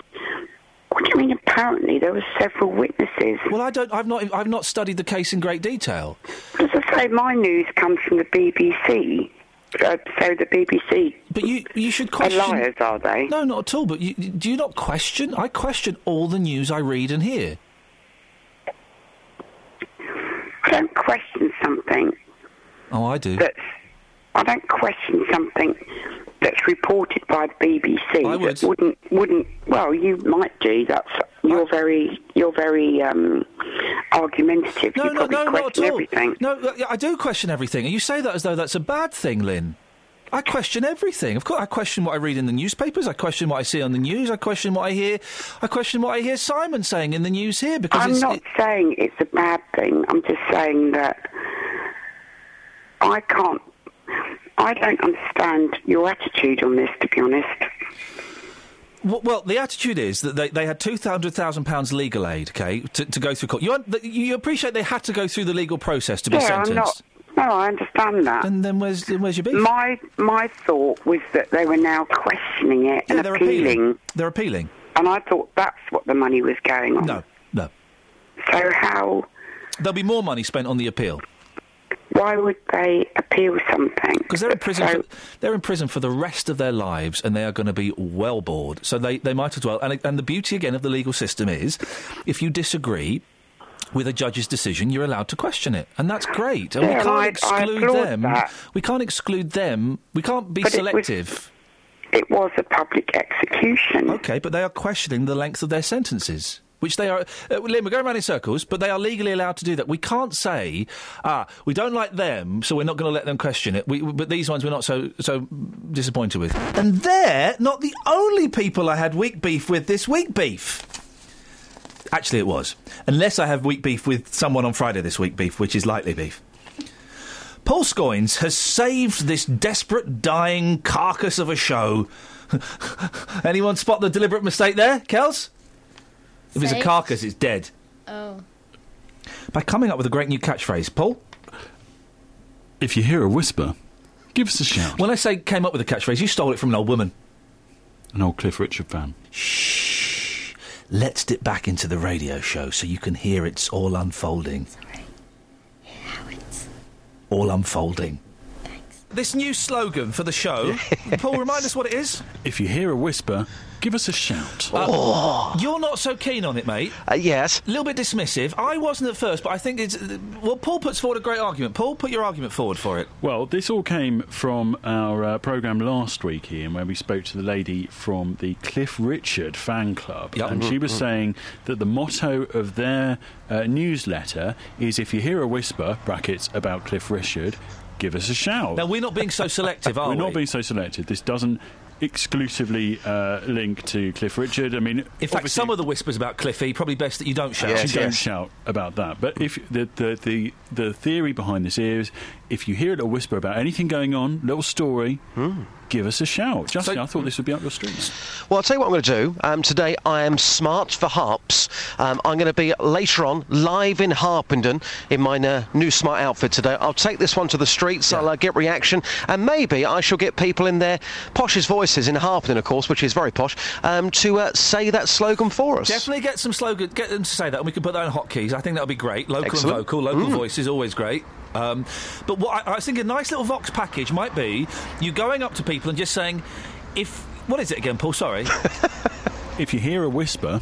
S17: what do you mean? Apparently, there were several witnesses.
S2: Well, I don't. I've not. I've not studied the case in great detail.
S17: As I say, my news comes from the BBC. Uh, so the BBC.
S2: But you, you should question.
S17: Are liars, are they?
S2: No, not at all. But you, do you not question? I question all the news I read and hear.
S17: I don't question something.
S2: Oh, I do.
S17: That's. I don't question something that's reported by the BBC. I would. That wouldn't. Wouldn't. Well, you might do. That's. You're very. You're very um, argumentative.
S2: No,
S17: you
S2: no,
S17: probably
S2: no, not at
S17: question
S2: all.
S17: everything.
S2: No, uh, I- I do question everything. And you say that as though that's a bad thing, Lynn. I question everything. Of course, I question what I read in the newspapers. I question what I see on the news. I question what I hear. I question what I hear Simon saying in the news here because
S17: I'm
S2: it's,
S17: not saying it's a bad thing. I'm just saying that I can't. I don't understand your attitude on this, to be honest.
S2: Well, well, the attitude is that they, they had two hundred thousand pounds legal aid, okay, to, to go through court. You, un- that- you appreciate they had to go through the legal process to be
S17: yeah,
S2: sentenced.
S17: I'm not. No, I understand that.
S2: And then where's where's your beef?
S17: My my thought was that they were now questioning it
S2: Yeah,
S17: and
S2: they're
S17: appealing,
S2: appealing. They're appealing.
S17: and I thought that's what the money was going on.
S2: No, no.
S17: So how?
S2: There'll be more money spent on the appeal
S17: Why would they appeal something?
S2: because they're in prison. For, they're in prison for the rest of their lives, and they are going to be well bored. So they, they might as well. And and the beauty again of the legal system is, if you disagree. With a judge's decision, you're allowed to question it, and that's great. And
S17: Yeah,
S2: we
S17: and
S2: can't
S17: I- I
S2: exclude
S17: applaud
S2: them.
S17: that.
S2: We can't exclude them. We can't be
S17: But it was-
S2: selective.
S17: It was a public execution.
S2: Okay, but they are questioning the length of their sentences. Which they are, uh, Lynn, we're going round in circles, but they are legally allowed to do that. We can't say, ah, we don't like them, so we're not going to let them question it. We, but these ones we're not so so disappointed with. And they're not the only people I had weak beef with this week beef. Actually, it was. Unless I have weak beef with someone on Friday this week beef, which is lightly beef. Paul Scoins has saved this desperate, dying carcass of a show. Anyone spot the deliberate mistake there, Kels? If it's a
S4: Saved?
S2: carcass, it's dead.
S4: Oh.
S2: By coming up with a great new catchphrase, Paul.
S5: If you hear a whisper, give us a shout.
S2: When I say came up with a catchphrase, you stole it from an old woman.
S5: An old Cliff Richard fan.
S2: Let's dip back into the radio show so you can hear it's all unfolding. All unfolding. This new slogan for the show, Paul, remind us what it is.
S5: If you hear a whisper, give us a shout.
S2: Uh, You're not so keen on it, mate.
S11: Oh. Uh, yes.
S2: A little bit dismissive. I wasn't at first, but I think it's. Well, Paul puts forward a great argument. Paul, put your argument forward for it.
S5: Well, this all came from our uh, program last week, Ian, where we spoke to the lady from the Cliff Richard fan club,
S2: Yep.
S5: and she was
S2: Mm, mm.
S5: saying that the motto of their uh, newsletter is "If you hear a whisper (brackets about Cliff Richard, give us a shout."
S2: Now, we're not being so selective, are
S5: We're
S2: we?
S5: not being so selective. This doesn't exclusively uh, link to Cliff Richard. I mean,
S2: In fact, some of the whispers about Cliffy, probably best that you don't shout.
S5: Actually, don't shout about that. But if the the, the the theory behind this is if you hear a little whisper about anything going on, little story,
S2: Hmm.
S5: give us a shout. Justin, I thought this would be up your street.
S11: Well, I'll tell you what I'm going to do. Um, today I am smart for harps. Um, I'm going to be later on live in Harpenden in my uh, new smart outfit today. I'll take this one to the streets. I'll uh, get reaction, and maybe I shall get people in their poshest voices in Harpenden, of course, which is very posh, um, to uh, say that slogan for us.
S2: Definitely get some slogan. Get them to say that, and we can put that in hotkeys. I think that'll be great. Local
S11: Excellent.
S2: and vocal, local
S11: Mm.
S2: voice is always great. Um, but what I, I think a nice little Vox package might be you going up to people and just saying, if what is it again, Paul? Sorry,
S5: If you hear a whisper,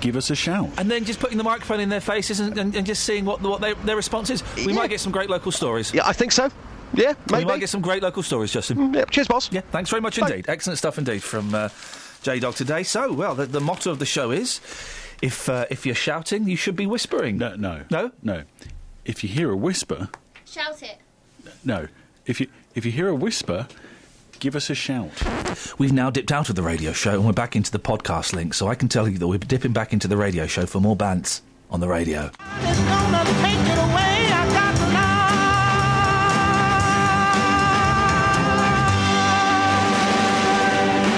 S5: give us a shout.
S2: and then just putting the microphone in their faces and, and, and just seeing what what their, their response is. We might get some great local stories.
S11: Yeah, I think so. Yeah,
S2: we
S11: maybe. Mm,
S2: might get some great local stories, Justin.
S11: cheers, boss.
S2: Yeah, thanks very much indeed. Excellent stuff indeed from uh, J Dog today. So, well, the, the motto of the show is. If uh, if you're shouting, you should be whispering.
S5: No, no,
S2: no,
S5: no. If you hear a whisper,
S4: Shout it.
S5: no. If you if you hear a whisper, give us a shout.
S2: We've now dipped out of the radio show and we're back into the podcast link, so I can tell you that we're dipping back into the radio show for more bants on the radio.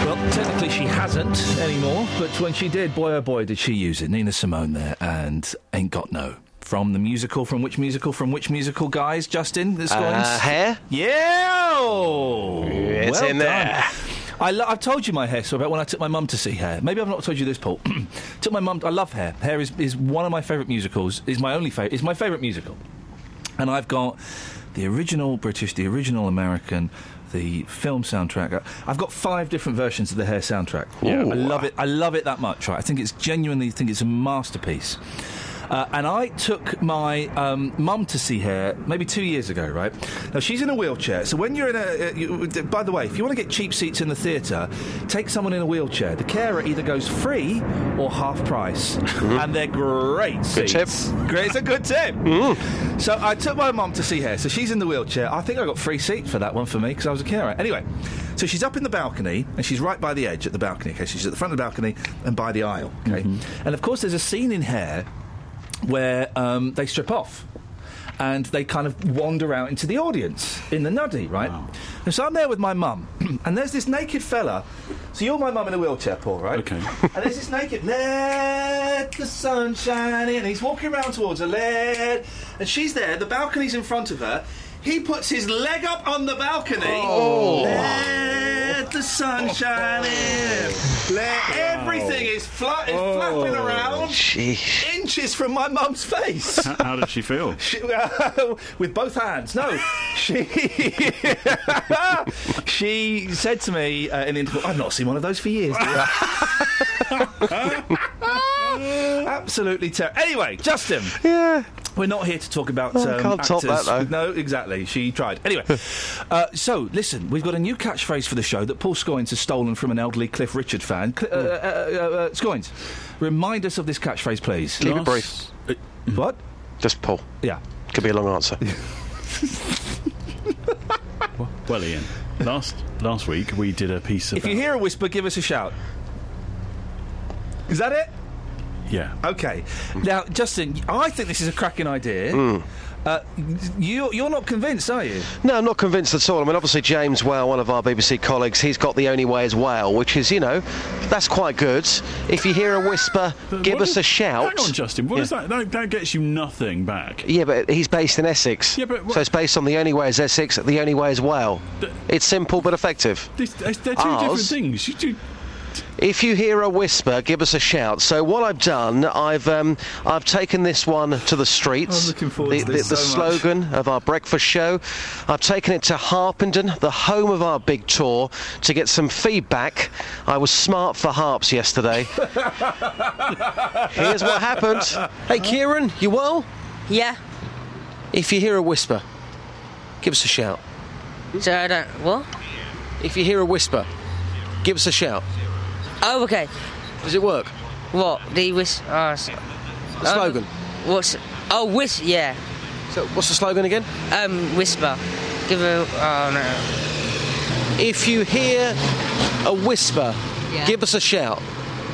S2: Well, technically she hasn't anymore, but when she did, boy oh boy, did she use it. Nina Simone there and Ain't Got No. From the musical, from which musical, from which musical, guys? Justin, that's going.
S11: Uh, Hair?
S2: Yeah!
S11: It's
S2: well
S11: in
S2: done.
S11: there.
S2: I lo- I've told you my hair story about when I took my mum to see hair. Maybe I've not told you this, Paul. took my mum. I love hair. Hair is, is one of my favourite musicals. Is my only favourite. It's my favourite musical. And I've got the original British, the original American, the film soundtrack. I've got five different versions of the Hair soundtrack.
S5: Yeah.
S2: I love it. I love it that much. Right? I think it's genuinely think it's a masterpiece. Uh, and I took my um, mum to see Hair maybe two years ago, right? Now she's in a wheelchair, so when you're in a, uh, you, by the way, if you want to get cheap seats in the theatre, take someone in a wheelchair. The carer either goes free or half price, and they're great
S11: Mm-hmm. Good
S2: seats.
S11: tip. Mm-hmm.
S2: Great, it's a good tip. So I took my mum to see her. So she's in the wheelchair. I think I got free seat for that one for me because I was a carer. Anyway, so she's up in the balcony and she's right by the edge at the balcony. Okay, she's at the front of the balcony and by the aisle. Okay, and of course there's a scene in Hair where um, they strip off and they kind of wander out into the audience in the nuddy, right? And so I'm there with my mum, and there's this naked fella. So you're my mum in a wheelchair, Paul, right? Okay. and there's this naked, let the sun shine in. And he's walking around towards her, let. And she's there, the balcony's in front of her. He puts his leg up on the balcony.
S7: Oh.
S2: Let the sun shine in. Let everything is, fla- is flapping around. Inches from my mum's face.
S5: How, how did she feel?
S11: Oh.
S2: She, with both hands. No, she she said to me uh, in the interval, "I've not seen one of those for years." dear." Absolutely terrible. Anyway, Justin.
S11: Yeah.
S2: We're not here to talk about.
S11: Oh, I
S2: um,
S11: can't top
S2: actors.
S11: that,
S2: No, exactly. She tried. Anyway, uh, so listen, we've got a new catchphrase for the show that Paul Scoins has stolen from an elderly Cliff Richard fan. Cl- uh,
S11: Hmm.
S2: uh, uh, uh, Scoins, remind us of this catchphrase, please.
S11: Keep it brief.
S2: What?
S11: Just Paul.
S2: Yeah.
S11: Could be a long answer.
S5: Well, Ian, last last week we did a piece of.
S2: If you hear a whisper, give us a shout. Is that it?
S5: Yeah.
S2: Okay. Now, Justin, I think this is a cracking idea.
S11: Hmm. Mm.
S2: Uh, you, you're not convinced, are you?
S11: No, I'm not convinced at all. I mean, obviously, James Whale, one of our BBC colleagues, he's got the only way is Whale, which is, you know, that's quite good. If you hear a whisper, give
S5: What
S11: us
S5: is-
S11: a shout.
S5: Hang on, Justin. What
S11: yeah.
S5: is that? that? That gets you nothing back.
S11: Yeah, but he's based in Essex.
S5: Yeah, but
S11: so it's based on the only way is Essex, the only way is Whale. It's simple but effective.
S5: This- They're two different
S11: Ours-
S5: things. You do-
S11: If you hear a whisper, give us a shout. So what I've done, I've um, I've taken this one to the streets.
S2: I'm looking forward
S11: the,
S2: to
S11: the,
S2: this
S11: the
S2: so much.
S11: slogan of our breakfast show. I've taken it to Harpenden, the home of our big tour, to get some feedback. I was smart for harps yesterday. Here's what happened. Hey, Kieran, you well?
S15: Yeah.
S11: If you hear a whisper, give us a shout.
S15: So I don't. What?
S11: If you hear a whisper, give us a shout.
S15: Oh, okay.
S11: Does it work?
S15: What? The whis. Oh, s-
S11: Slogan.
S15: Oh, what's. Oh, whis. Yeah.
S11: So, what's the slogan again?
S15: Um, whisper. Give a. Oh, no.
S11: If you hear a whisper,
S15: Yeah.
S11: give us a shout.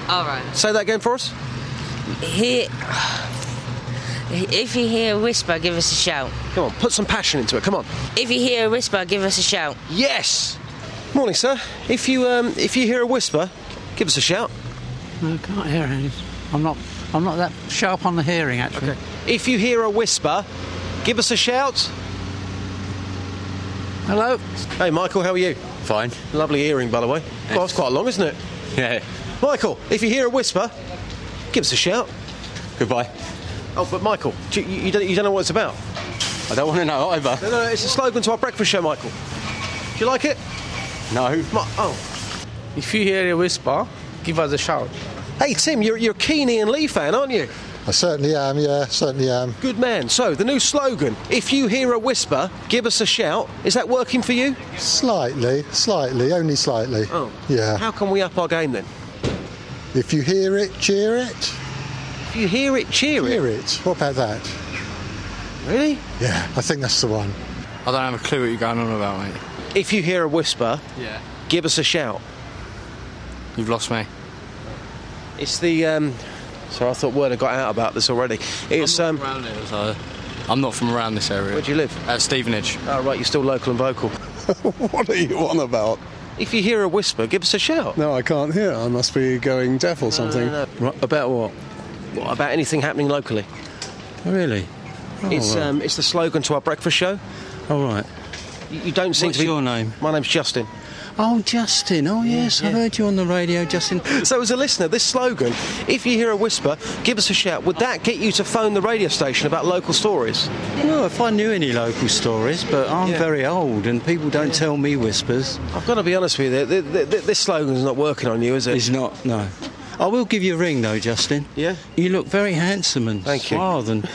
S15: Alright.
S11: Say that again for us.
S15: Here.
S18: If you hear a whisper, give us a shout.
S11: Come on, put some passion into it. Come on.
S18: If you hear a whisper, give us a shout.
S11: Yes. Morning, sir. If you um, if you hear a whisper, give us a shout.
S19: I can't hear any. I'm not. I'm not that sharp on the hearing, actually.
S11: If you hear a whisper, give us a shout.
S19: Hello.
S11: Hey, Michael, how are you? Fine. Lovely earring, by the way. Well, it's quite long, isn't it? Yeah. Michael, if you hear a whisper, give us a shout. Goodbye. Oh, but Michael, do you, you, don't, you don't know what it's about? I don't want to know either. No, no, no, it's a slogan to our breakfast show, Michael. Do you like it? No. oh. If you hear a whisper, give us a shout. Hey, Tim, you're, you're a keen Ian Lee fan, aren't you?
S20: I certainly am, yeah, certainly am.
S11: Good man. So, the new slogan, if you hear a whisper, give us a shout. Is that working for you?
S20: Slightly, slightly, only slightly.
S11: Oh.
S20: Yeah.
S11: How can we up our game then?
S20: If you hear it, cheer it.
S11: If you hear it, cheer it.
S20: Hear it. What about that?
S11: Really?
S20: Yeah, I think that's the one.
S21: I don't have a clue what you're going on about, mate.
S11: If you hear a whisper,
S21: Yeah.
S11: give us a shout.
S21: You've lost me.
S11: It's the. Um, so I thought word had got out about this already. It's um.
S21: So, I'm not from around this area. Where do
S11: you live?
S21: Uh, Stevenage.
S11: Oh right, you're still local and vocal.
S20: what are you on about?
S11: If you hear a whisper, give us a shout.
S20: No, I can't hear. I must be going deaf or something.
S11: no,
S20: Right, about what?
S11: What about anything happening locally?
S20: Really? Oh,
S11: it's
S20: well.
S11: um, it's the slogan to our breakfast show.
S20: All right.
S11: You, you don't seem to be. What's your name? My name's Justin.
S19: Oh, Justin. Oh, yes. I heard you on the radio, Justin.
S11: So, as a listener, this slogan, if you hear a whisper, give us a shout, would that get you to phone the radio station about local stories?
S19: No, if I knew any local stories, but I'm
S11: Yeah.
S19: very old and people don't tell me whispers.
S11: I've got to be honest with you, th- th- th- this slogan's not working on you, is it?
S19: It's not, no. I will give you a ring, though, Justin.
S11: Yeah?
S19: You look very handsome and Thank
S11: you.
S19: suave. And,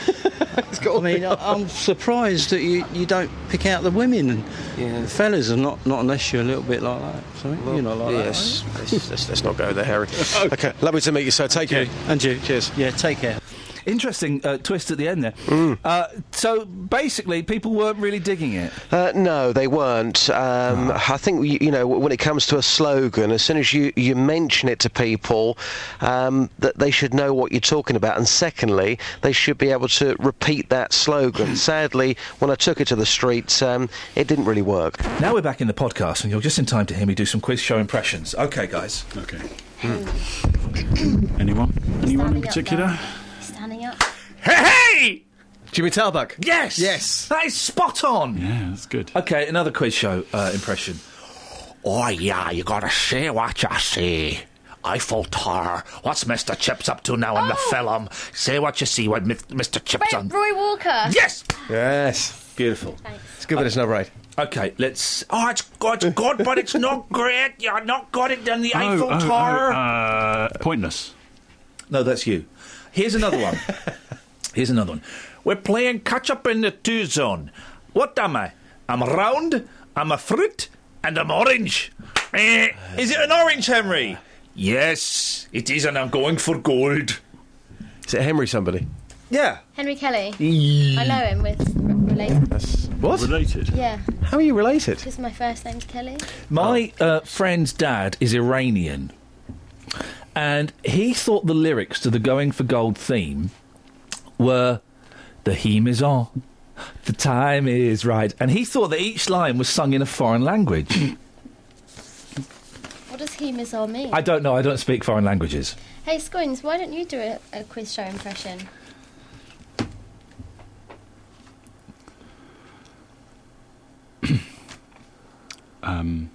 S19: I mean, I- I'm surprised that you, you don't pick out the women. And the fellas are not, not unless you're a little bit like that. So you're not like
S11: yes. Let's, let's, let's not go there, Harry. okay, lovely to meet you, sir. Take care.
S19: And you. Cheers. Yeah, take care.
S2: Interesting uh, twist at the end there.
S11: Hmm.
S2: Uh, so basically, people weren't really digging it.
S11: Uh, no, they weren't. Um, I think you, you know when it comes to a slogan, as soon as you, you mention it to people, um, that they should know what you're talking about, and secondly, they should be able to repeat that slogan. Sadly, when I took it to the streets, um, it didn't really work.
S2: Now we're back in the podcast, and you're just in time to hear me do some quiz show impressions. Okay, guys. Okay.
S11: Hmm.
S5: Anyone? Anyone in
S2: up
S5: particular?
S4: Standing up.
S2: Hey, hey!
S11: Jimmy Talbuck.
S2: Yes. Yes. That is spot on. Yeah, that's good. Okay, another quiz show uh, impression.
S22: Oh, yeah, you gotta say what you see. Eiffel Tower. What's Mr. Chips up to now in the film? Say what you see when Mif- Mr. Chips on.
S4: Roy Walker.
S22: Yes.
S11: Yes. Beautiful. It's good, but it's not right.
S2: Okay, let's.
S22: Oh, it's good, it's good, but it's
S2: Oh,
S22: not great. You not got it in the Eiffel
S5: oh,
S22: Tower.
S5: oh, uh, pointless.
S2: No, that's you. Here's another one. Here's another one.
S22: We're playing catch up in the two zone. What am I? I'm round, I'm a fruit, and I'm orange. Eh, Is it an orange, Henry? Yes, it is, and I'm going for gold.
S11: Is it Henry somebody?
S2: Yeah.
S4: Henry Kelly. I know him with related.
S2: What? Related.
S4: Yeah,
S11: How are you related?
S4: because my first name's Kelly.
S2: My uh, friend's dad is Iranian, and he thought the lyrics to the Going for Gold theme were The heme is on, the time is right. And he thought that each line was sung in a foreign language.
S4: What does he miss on me?
S2: I don't know, I don't speak foreign languages.
S4: Hey, Scoins, why don't you do a, a quiz show impression?
S5: Um,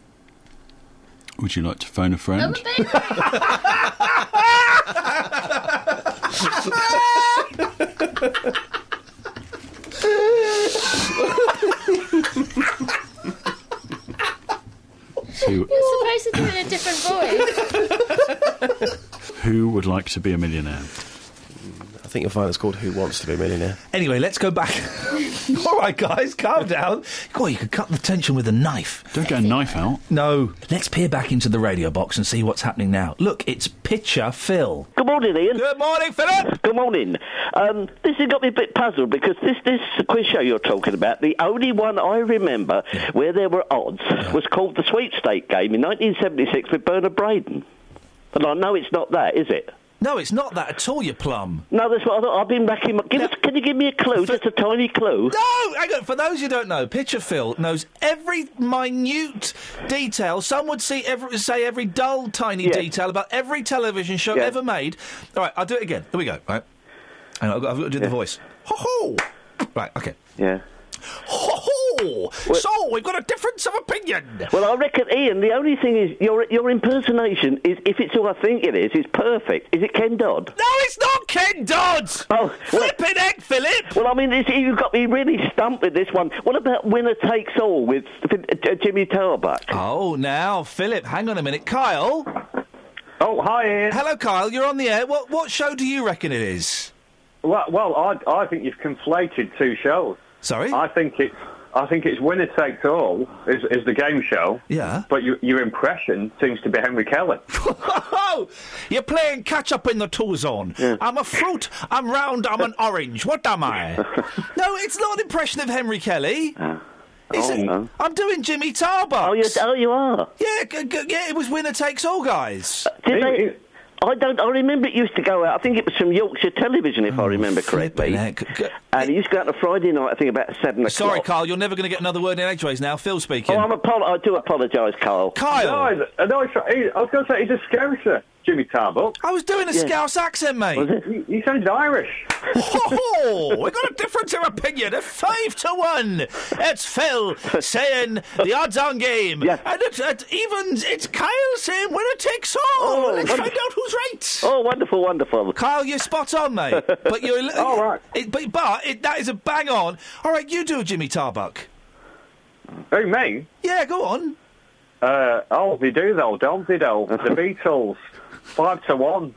S5: would you like to phone a friend? who,
S4: You're supposed to do it in a different voice.
S5: who would like to be a millionaire?
S11: I think you'll find it's called Who Wants to Be a Millionaire.
S2: Anyway, let's go back. All right, guys, calm down. God, you could cut the tension with a knife.
S5: Don't get a knife out.
S2: No. Let's peer back into the radio box and see what's happening now. Look, it's Pitcher Phil.
S23: Good morning, Ian.
S2: Good morning, Philip.
S23: Good morning. Um, this has got me a bit puzzled because this this quiz show you're talking about, the only one I remember where there were odds was called the Sweet State Game in 1976 with Bernard Braden. And I know it's not that, is it?
S22: No, it's not that at all, you plum.
S23: No, that's what I thought. I've been racking my. Give us, can you give me a clue? Just a tiny clue.
S2: No, hang on. For those who don't know, Pitcher Phil knows every minute detail. Some would see every, say every dull, tiny detail about every television show ever made. All right, I'll do it again. Here we go. Right, hang on, I've got, I've got to do the voice. Ho ho! Right, okay.
S23: Yeah.
S2: Ho ho! So we've got a difference of opinion.
S23: Well, I reckon, Ian, the only thing is your your impersonation is if it's who I think it is, is perfect. Is it Ken Dodd?
S2: No, it's not Ken Dodd.
S23: Oh,
S2: flipping egg, Philip.
S23: Well, I mean, it's, you've got me really stumped with this one. What about winner takes all with uh, Jimmy Tarbuck?
S2: Oh, now Philip, hang on a minute, Kyle.
S1: Oh, hi, Ian.
S2: Hello, Kyle. You're on the air. What what show do you reckon it is?
S1: Well, well I, I think you've conflated two shows.
S2: Sorry?
S1: I think it's, I think it's Winner Takes All is, is the game show.
S2: Yeah.
S1: But you, your impression seems to be Henry Kelly.
S2: Oh, you're playing catch up in the two zone. I'm a fruit. I'm round. I'm an orange. What am I? no, it's not an impression of Henry Kelly. It's
S23: Oh,
S2: a-
S23: no.
S2: I'm doing Jimmy Tarbuck. Oh,
S23: you, oh, you are.
S2: Yeah, g- g- yeah. It was winner takes all, guys.
S23: Uh, Did they? I don't. I remember it used to go out. I think it was from Yorkshire Television, if I
S2: Oh,
S23: remember correctly. And it used to go out on a Friday night. I think about seven o'clock.
S2: Sorry, Carl. You're never going to get another word in edgeways now. Phil speaking.
S23: Oh, I'm apo- I do apologise, Carl.
S2: Kyle.
S1: No, I- uh, no, it's right. He- I was going to say he's a Scouser, Jimmy Tarbuck.
S2: I was doing a
S1: Yeah.
S2: Scouse accent, mate.
S1: He, he sounds Irish.
S2: Oh, we got a difference of opinion. A five to one. It's Phil saying the odds on game, and it's at evens. It's Kyle saying winner takes all.
S1: Oh.
S2: Let's find out who's right.
S23: Oh, wonderful, wonderful.
S2: Kyle, you're spot on, mate. But you're all right. It, but but it, that is a bang on. All right, you do a Jimmy Tarbuck.
S1: Who, me?
S2: Yeah, go on.
S1: Uh, oh, they do, though. Don't they, though? The Beatles. Five to one.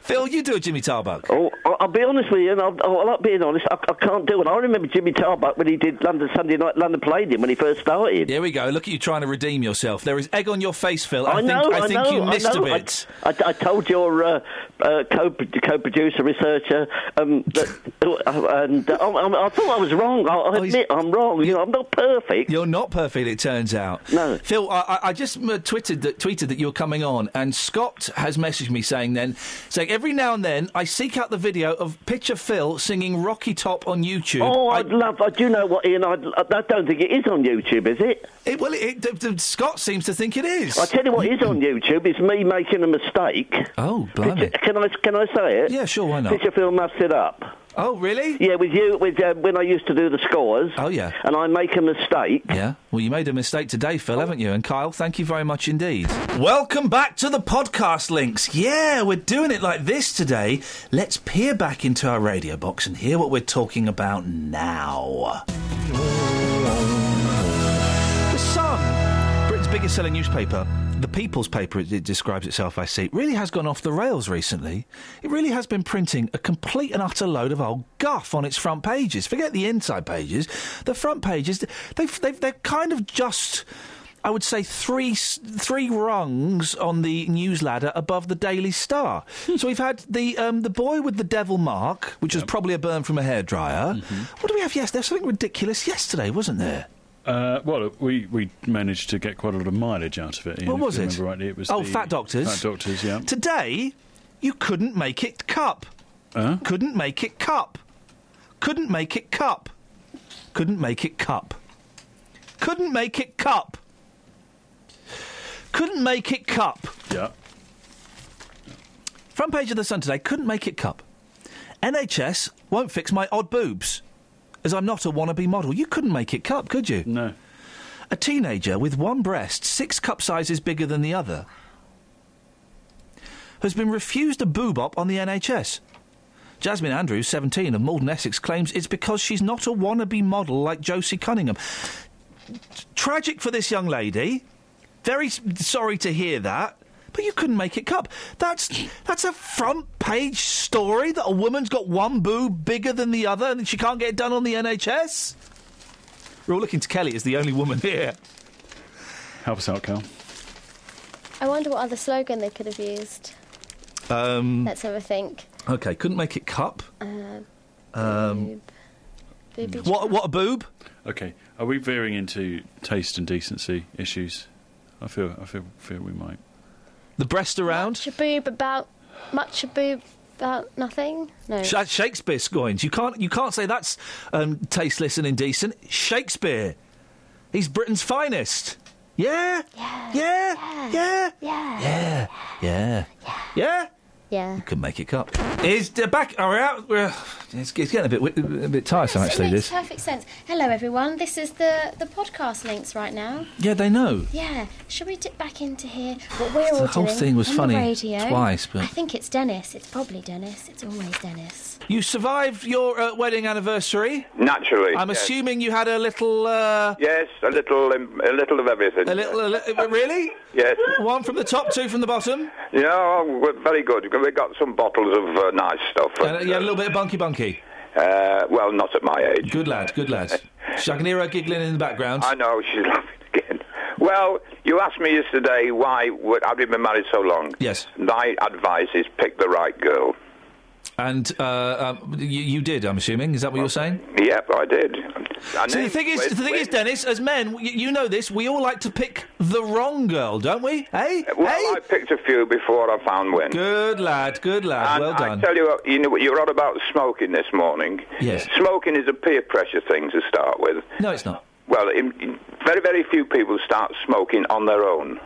S2: Phil, you do a Jimmy Tarbuck.
S23: Oh, I- I'll be honest with you, and I'll, I'll, I like being honest. I, I can't do it. I remember Jimmy Tarbuck when he did London Sunday Night, London played him when he first started.
S2: Here we go. Look at you trying to redeem yourself. There is egg on your face, Phil. I,
S23: I
S2: think
S23: know,
S2: I
S23: I
S2: think
S23: know,
S2: you
S23: I
S2: missed
S23: know.
S2: a bit.
S23: I, I told your uh, uh, co- co-producer, researcher, um, that, and uh, I, I, I thought I was wrong. I,
S2: Oh,
S23: I admit I'm wrong. You know, I'm not perfect.
S2: You're not perfect, it turns out. No. Phil, I, I- I just uh, tweeted that, tweeted that you were coming on, and Scott has messaged me saying then, saying every now and then I seek out the video of picture Phil singing Rocky Top on YouTube.
S23: Oh, I'd love. I do know what Ian. I'd, I don't think it is on YouTube, is it?
S2: It, well, it, d- d- Scott seems to think it is.
S23: I tell you what is on YouTube. It's me making a mistake.
S2: Oh,
S23: blimey! Can I can I say it? Yeah,
S2: sure. Why not?
S23: Picture film muffed it up.
S2: Oh, really?
S23: Yeah, with you, with uh, when I used to do the scores.
S2: Oh, yeah.
S23: And I make a mistake.
S2: Yeah. Well, you made a mistake today, Phil, haven't you? And Kyle, thank you very much indeed. Welcome back to the podcast links. Yeah, we're doing it like this today. Let's peer back into our radio box and hear what we're talking about now. The Sun, Britain's biggest selling newspaper, the People's paper, it, it describes itself, I see, really has gone off the rails recently. It really has been printing a complete and utter load of old guff on its front pages. Forget the inside pages. The front pages, they've, they've, they're kind of just. I would say three s- three rungs on the news ladder above the Daily Star. so we've had the um, the boy with the devil mark, which was probably a burn from a hairdryer. What do we have? Yes, there was something ridiculous yesterday, wasn't there?
S5: Uh, well, we, we managed to get quite a lot of mileage out of it. Ian,
S2: What
S5: if
S2: was
S5: you
S2: it?
S5: Remember rightly, it was
S2: Oh,
S5: the
S2: Fat Doctors.
S5: Fat Doctors, yeah.
S2: Today, you couldn't make it cup.
S5: Uh?
S2: Couldn't make it cup. Couldn't make it cup. Couldn't make it cup. Couldn't make it cup. Couldn't make it cup.
S5: Yeah.
S2: Front page of the Sun today. Couldn't make it cup. NHS won't fix my odd boobs, as I'm not a wannabe model. You couldn't make it cup, could you?
S5: No.
S2: A teenager with one breast, six cup sizes bigger than the other, has been refused a boob op on the NHS. Jasmine Andrews, 17, of Malden, Essex, claims it's because she's not a wannabe model like Josie Cunningham. Tragic for this young lady. Very s- sorry to hear that. But you couldn't make it cup. That's that's a front page story that a woman's got one boob bigger than the other and she can't get it done on the NHS. We're all looking to Kelly as the only woman here.
S5: Help us out, Cal.
S4: I wonder what other slogan they could have used.
S22: Mm.
S2: Um,
S4: Let's have a think.
S2: okay, couldn't make it cup.
S4: Uh,
S5: Um,
S4: booby
S2: what, what a boob?
S5: Okay. Are we veering into taste and decency issues? I feel I feel, feel we might.
S2: The breast around?
S4: Shaboob about Much ado about nothing? No.
S22: Sh- that's Shakespeare scones. You can't you can't say that's um, tasteless and indecent. Shakespeare. He's Britain's finest. Yeah. Yeah. Yeah. Yeah.
S4: Yeah.
S22: Yeah. Yeah. Yeah.
S4: Yeah.
S22: Could make it up. Is the back? Are we out? We're, it's, it's getting a bit wi- a bit tiresome actually.
S4: it makes
S22: This.
S4: perfect sense. Hello, everyone. This is the, the podcast links right now.
S22: Yeah, they know.
S4: Yeah, should we dip back into here? What we're all
S22: The whole
S4: doing
S22: thing was
S4: on
S22: funny
S4: the radio.
S22: twice, but-
S4: I think it's Dennis. It's probably Dennis. It's always Dennis.
S2: You survived your uh, wedding anniversary.
S6: Naturally.
S2: I'm
S6: yes.
S2: assuming you had a little. Uh,
S6: Yes, a little, um, a little of everything.
S2: A little, a
S22: uh,
S2: li- really?
S6: Yes.
S2: One from the top, two from the bottom.
S6: Yeah, oh, we're very good. We got some bottles of uh, nice stuff.
S2: And, uh, yeah, a little bit of bunky bunky.
S6: Uh, well, not at my age.
S2: Good lad, good lad. So I can hear her giggling in the background.
S6: I know she's laughing again. Well, you asked me yesterday why would, have you been married so long?
S2: Yes.
S6: My advice is pick the right girl.
S2: And uh, um, you, you did, I'm assuming. Is that what you're saying?
S6: Yep, I did.
S2: So
S6: I
S2: the
S6: named
S2: thing is,
S6: Wes-
S2: the thing
S6: Wes-
S2: is, Dennis, as men, you, you know this. We all like to pick the wrong girl, don't we? Hey,
S6: Uh, Well, I picked a few before I found Wynn.
S2: Good lad, good lad.
S6: And
S2: well
S6: I
S2: done.
S6: tell you, what, you know, you're on about smoking this morning.
S2: Yes.
S6: Smoking is a peer pressure thing to start with.
S2: No, it's not.
S6: Well, in, in- very, very few people start smoking on their own.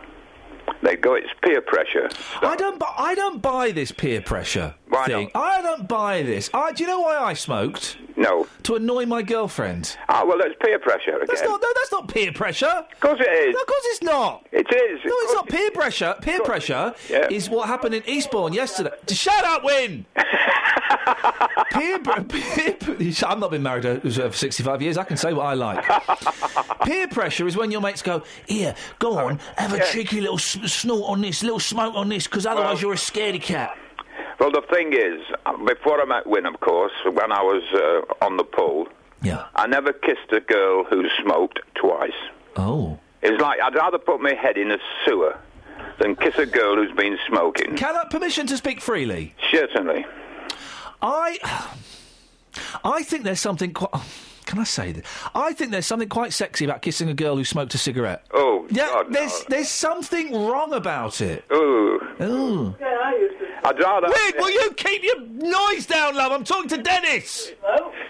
S6: They go, it's peer pressure.
S2: I don't. Bu- I don't buy this peer pressure thing. I don't buy this. I, do you know why I smoked?
S6: No.
S2: To annoy my girlfriend.
S6: Ah, well, that's peer pressure again.
S2: That's not. No, that's not peer pressure. Of
S6: course it is.
S2: No, of course it's not.
S6: It is.
S2: No, it's not peer pressure. Peer pressure is what happened in Eastbourne yesterday. D- Shut up, Win. peer, pr- peer pr- I've not been married uh, for 65 years. I can say what I like. peer pressure is when your mates go, here, go on, have a cheeky little s- snort on this, little smoke on this, because otherwise you're a scaredy cat.
S6: Well, the thing is, uh, before I met Wynne, of course, when I was uh, on the pool,
S2: yeah.
S6: I never kissed a girl who smoked twice.
S2: Oh.
S6: It's like I'd rather put my head in a sewer than kiss a girl who's been smoking.
S2: Can I permission to speak freely?
S6: Certainly.
S2: I, I think there's something quite. Can I say this? I think there's something quite sexy about kissing a girl who smoked a cigarette.
S6: Oh,
S2: yeah. there's there's something wrong about it.
S6: Ooh.
S2: Ooh.
S6: I'd rather.
S2: Wait, will you keep your noise down, love? I'm talking to Dennis.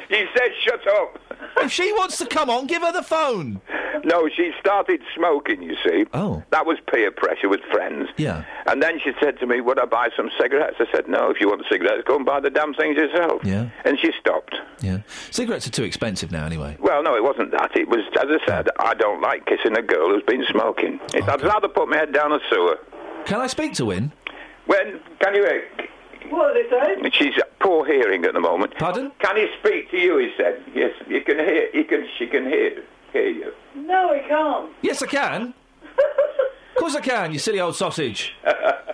S6: He said, "Shut up."
S2: if she wants to come on, give her the phone.
S6: No, she started smoking, you see.
S2: Oh.
S6: That was peer pressure with friends.
S2: Yeah.
S6: And then she said to me, Would I buy some cigarettes? I said, No, if you want cigarettes, go and buy the damn things yourself.
S2: Yeah.
S6: And she stopped.
S2: Yeah. Cigarettes are too expensive now, anyway.
S6: Well, no, it wasn't that. It was, as I said, I don't like kissing a girl who's been smoking. It's, I'd rather put my head down a sewer.
S2: Can I speak to Win?
S6: When can you hear?
S16: What did they say?
S6: She's poor hearing at the moment.
S2: Pardon?
S6: Can he speak to you? He said. Yes, you can hear. He can. She can hear. Hear you.
S16: No, we can't.
S2: Yes, I can. of course I can. You silly old sausage.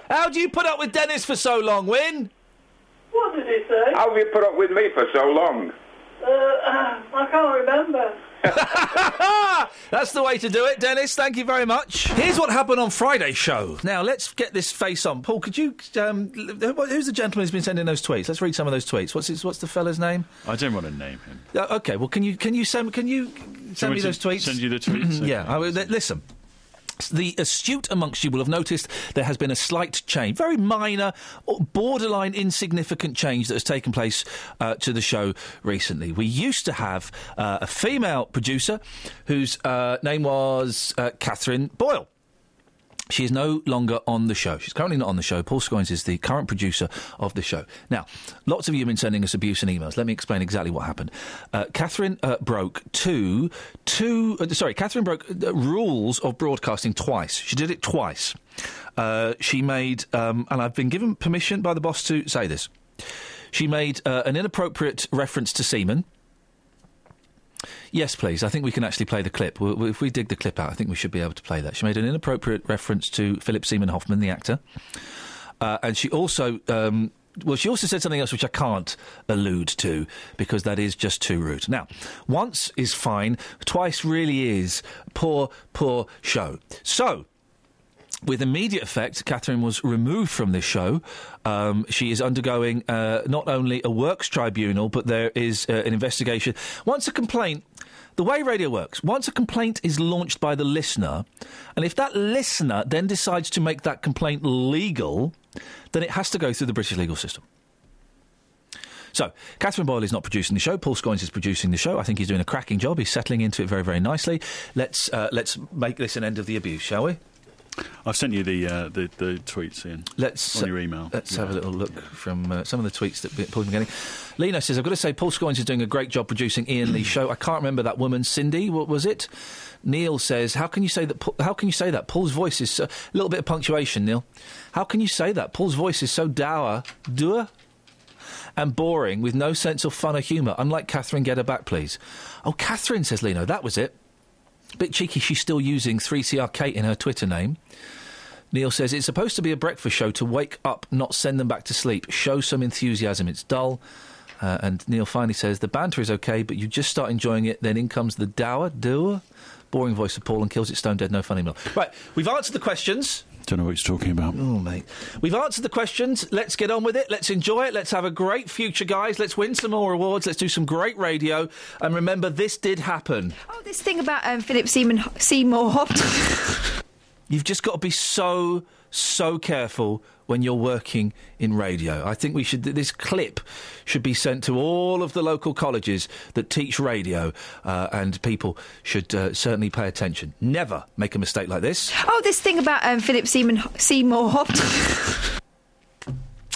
S2: How do you put up with Dennis for so long, Win?
S16: What did he say?
S6: How have you put up with me for so long?
S16: Uh, uh, I can't remember.
S2: That's the way to do it, Dennis. Thank you very much. Here's what happened on Friday's show. Now, let's get this face on. Paul, could you. Um, l- wh- who's the gentleman who's been sending those tweets? Let's read some of those tweets. What's, his, what's the fella's name?
S5: I don't want to name him.
S2: Uh, okay, well, can you, can you send, can you send
S5: Do you want
S2: me
S5: to
S2: those tweets?
S5: send you the tweets?
S2: yeah, I, will- li- listen. The astute amongst you will have noticed there has been a slight change, very minor, or borderline insignificant change that has taken place uh, to the show recently. We used to have uh, a female producer whose uh, name was uh, Catherine Boyle. She is no longer on the show. She's currently not on the show. Paul Scoins is the current producer of the show. Now, lots of you have been sending us abuse and emails. Let me explain exactly what happened. Uh, Catherine uh, broke two, two, uh, sorry, Catherine broke the rules of broadcasting twice. She did it twice. Uh, she made, um, and I've been given permission by the boss to say this. She made uh, an inappropriate reference to semen. Yes, please. I think we can actually play the clip. We- we- If we dig the clip out, I think we should be able to play that. She made an inappropriate reference to Philip Seymour Hoffman, the actor, uh, and she also. Um, well, she also said something else which I can't allude to because that is just too rude. Now, once is fine, twice really is. Poor, poor show. So, with immediate effect, Catherine was removed from this show. Um, she is undergoing uh, not only a works tribunal, but there is uh, an investigation. Once a complaint, the way radio works, once a complaint is launched by the listener, and if that listener then decides to make that complaint legal, then it has to go through the British legal system. So, Catherine Boyle is not producing the show. Paul Scoins is producing the show. I think he's doing a cracking job. He's settling into it very, very nicely. Let's uh, let's make this an end of the abuse, shall we?
S5: I've sent you the uh, the, the tweets in.
S2: Let's
S5: on your email.
S2: Let's have a little look from uh, some of the tweets that Paul's been getting. Lino says, "I've got to say, Paul Scoins is doing a great job producing Ian Lee's show. I can't remember that woman, Cindy. What was it?" Neil says, "How can you say that? Paul- How can you say that? Paul's voice is so, a little bit of punctuation, Neil. How can you say that? Paul's voice is so dour, dour." And boring with no sense of fun or humour. Unlike Catherine, get her back, please. Oh, Catherine, says Lino, that was it. Bit cheeky, she's still using 3CR Kate in her Twitter name. Neil says, It's supposed to be a breakfast show to wake up, not send them back to sleep. Show some enthusiasm, it's dull. Uh, and Neil finally says, The banter is okay, but you just start enjoying it, then in comes the dour, doer, boring voice of Paul and kills it stone dead, no funny meal. Right, we've answered the questions.
S5: Don't know what you're talking about.
S2: Oh, mate. We've answered the questions. Let's get on with it. Let's enjoy it. Let's have a great future, guys. Let's win some more awards. Let's do some great radio. And remember, this did happen.
S24: This thing about um, Philip Seaman, Seymour Hoffman.
S2: You've just got to be so, so careful when you're working in radio. I think we should, this clip should be sent to all of the local colleges that teach radio, uh, and people should uh, certainly pay attention. Never make a mistake like this.
S24: Oh, this thing about um, Philip Seaman, Seymour Hoffman.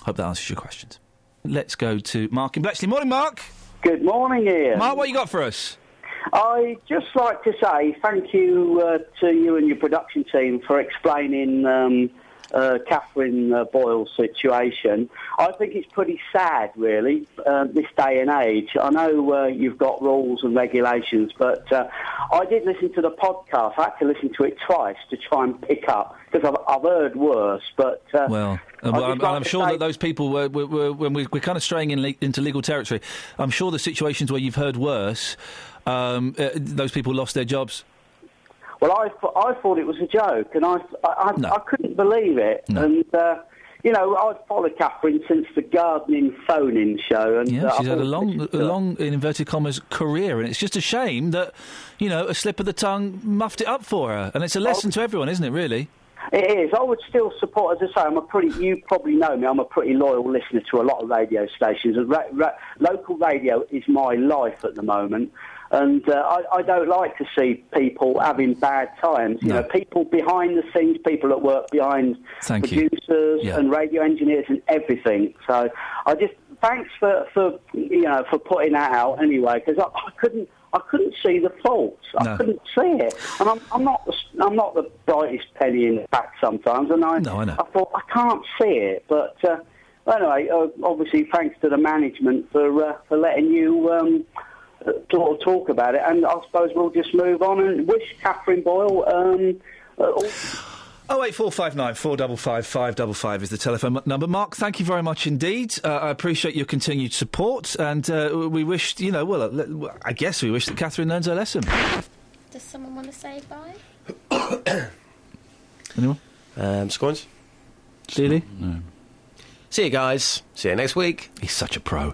S2: Hope that answers your questions. Let's go to Mark in Bletchley. Morning, Mark.
S10: Good morning, Ian.
S2: Mark, what you got for us?
S10: I'd just like to say thank you uh, to you and your production team for explaining um, uh, Catherine uh, Boyle's situation. I think it's pretty sad, really, uh, this day and age. I know uh, you've got rules and regulations, but uh, I did listen to the podcast. I had to listen to it twice to try and pick up because I've, I've heard worse. But uh,
S2: Well,
S10: I'd
S2: uh, well,
S10: just
S2: I'm, and
S10: like
S2: I'm
S10: to
S2: sure
S10: say-
S2: that those people were, were, were when we, we're kind of straying in le- into legal territory. I'm sure the situations where you've heard worse, um, uh, those people lost their jobs.
S10: Well, I, th- I thought it was a joke, and I, I, I, I couldn't believe it. And, uh, you know, I've followed Catherine since the gardening phone-in show. And,
S2: Yeah,
S10: uh,
S2: she's
S10: I've
S2: had a
S10: always
S2: long, a long in inverted commas career, and it's just a shame that you know a slip of the tongue muffed it up for her,
S10: Oh.
S2: and it's a lesson to everyone, isn't it? Really.
S10: It is. I would still support, as I say, I'm a pretty, you probably know me, I'm a pretty loyal listener to a lot of radio stations. And ra- ra- local radio is my life at the moment. And uh, I, I don't like to see people having bad times. You know, people behind the scenes, people that work behind
S2: Thank you.
S10: producers
S2: Yeah.
S10: and radio engineers and everything. So I just thanks for, for you know for putting that out anyway because I, I couldn't I couldn't see the faults. I
S2: No.
S10: couldn't see it, and I'm, I'm not the, s- I'm not the brightest penny in the pack sometimes. And I
S2: No, I know.
S10: thought I can't see it, but uh, anyway, uh, obviously thanks to the management for uh, for letting you. Um, uh, sort of talk about it, and I suppose we'll just move on and wish Catherine Boyle um, uh, all
S2: Oh eight four five nine four double five five double five is the telephone m- number. Mark, thank you very much indeed. Uh, I appreciate your continued support, and uh, we wish you know. Well, uh, le- I guess we wish that Catherine learns her lesson.
S4: Does someone want to say bye?
S2: Anyone?
S11: Um, Scoins?
S2: Steely?
S5: No.
S11: See you guys. See you next week.
S2: He's such a pro.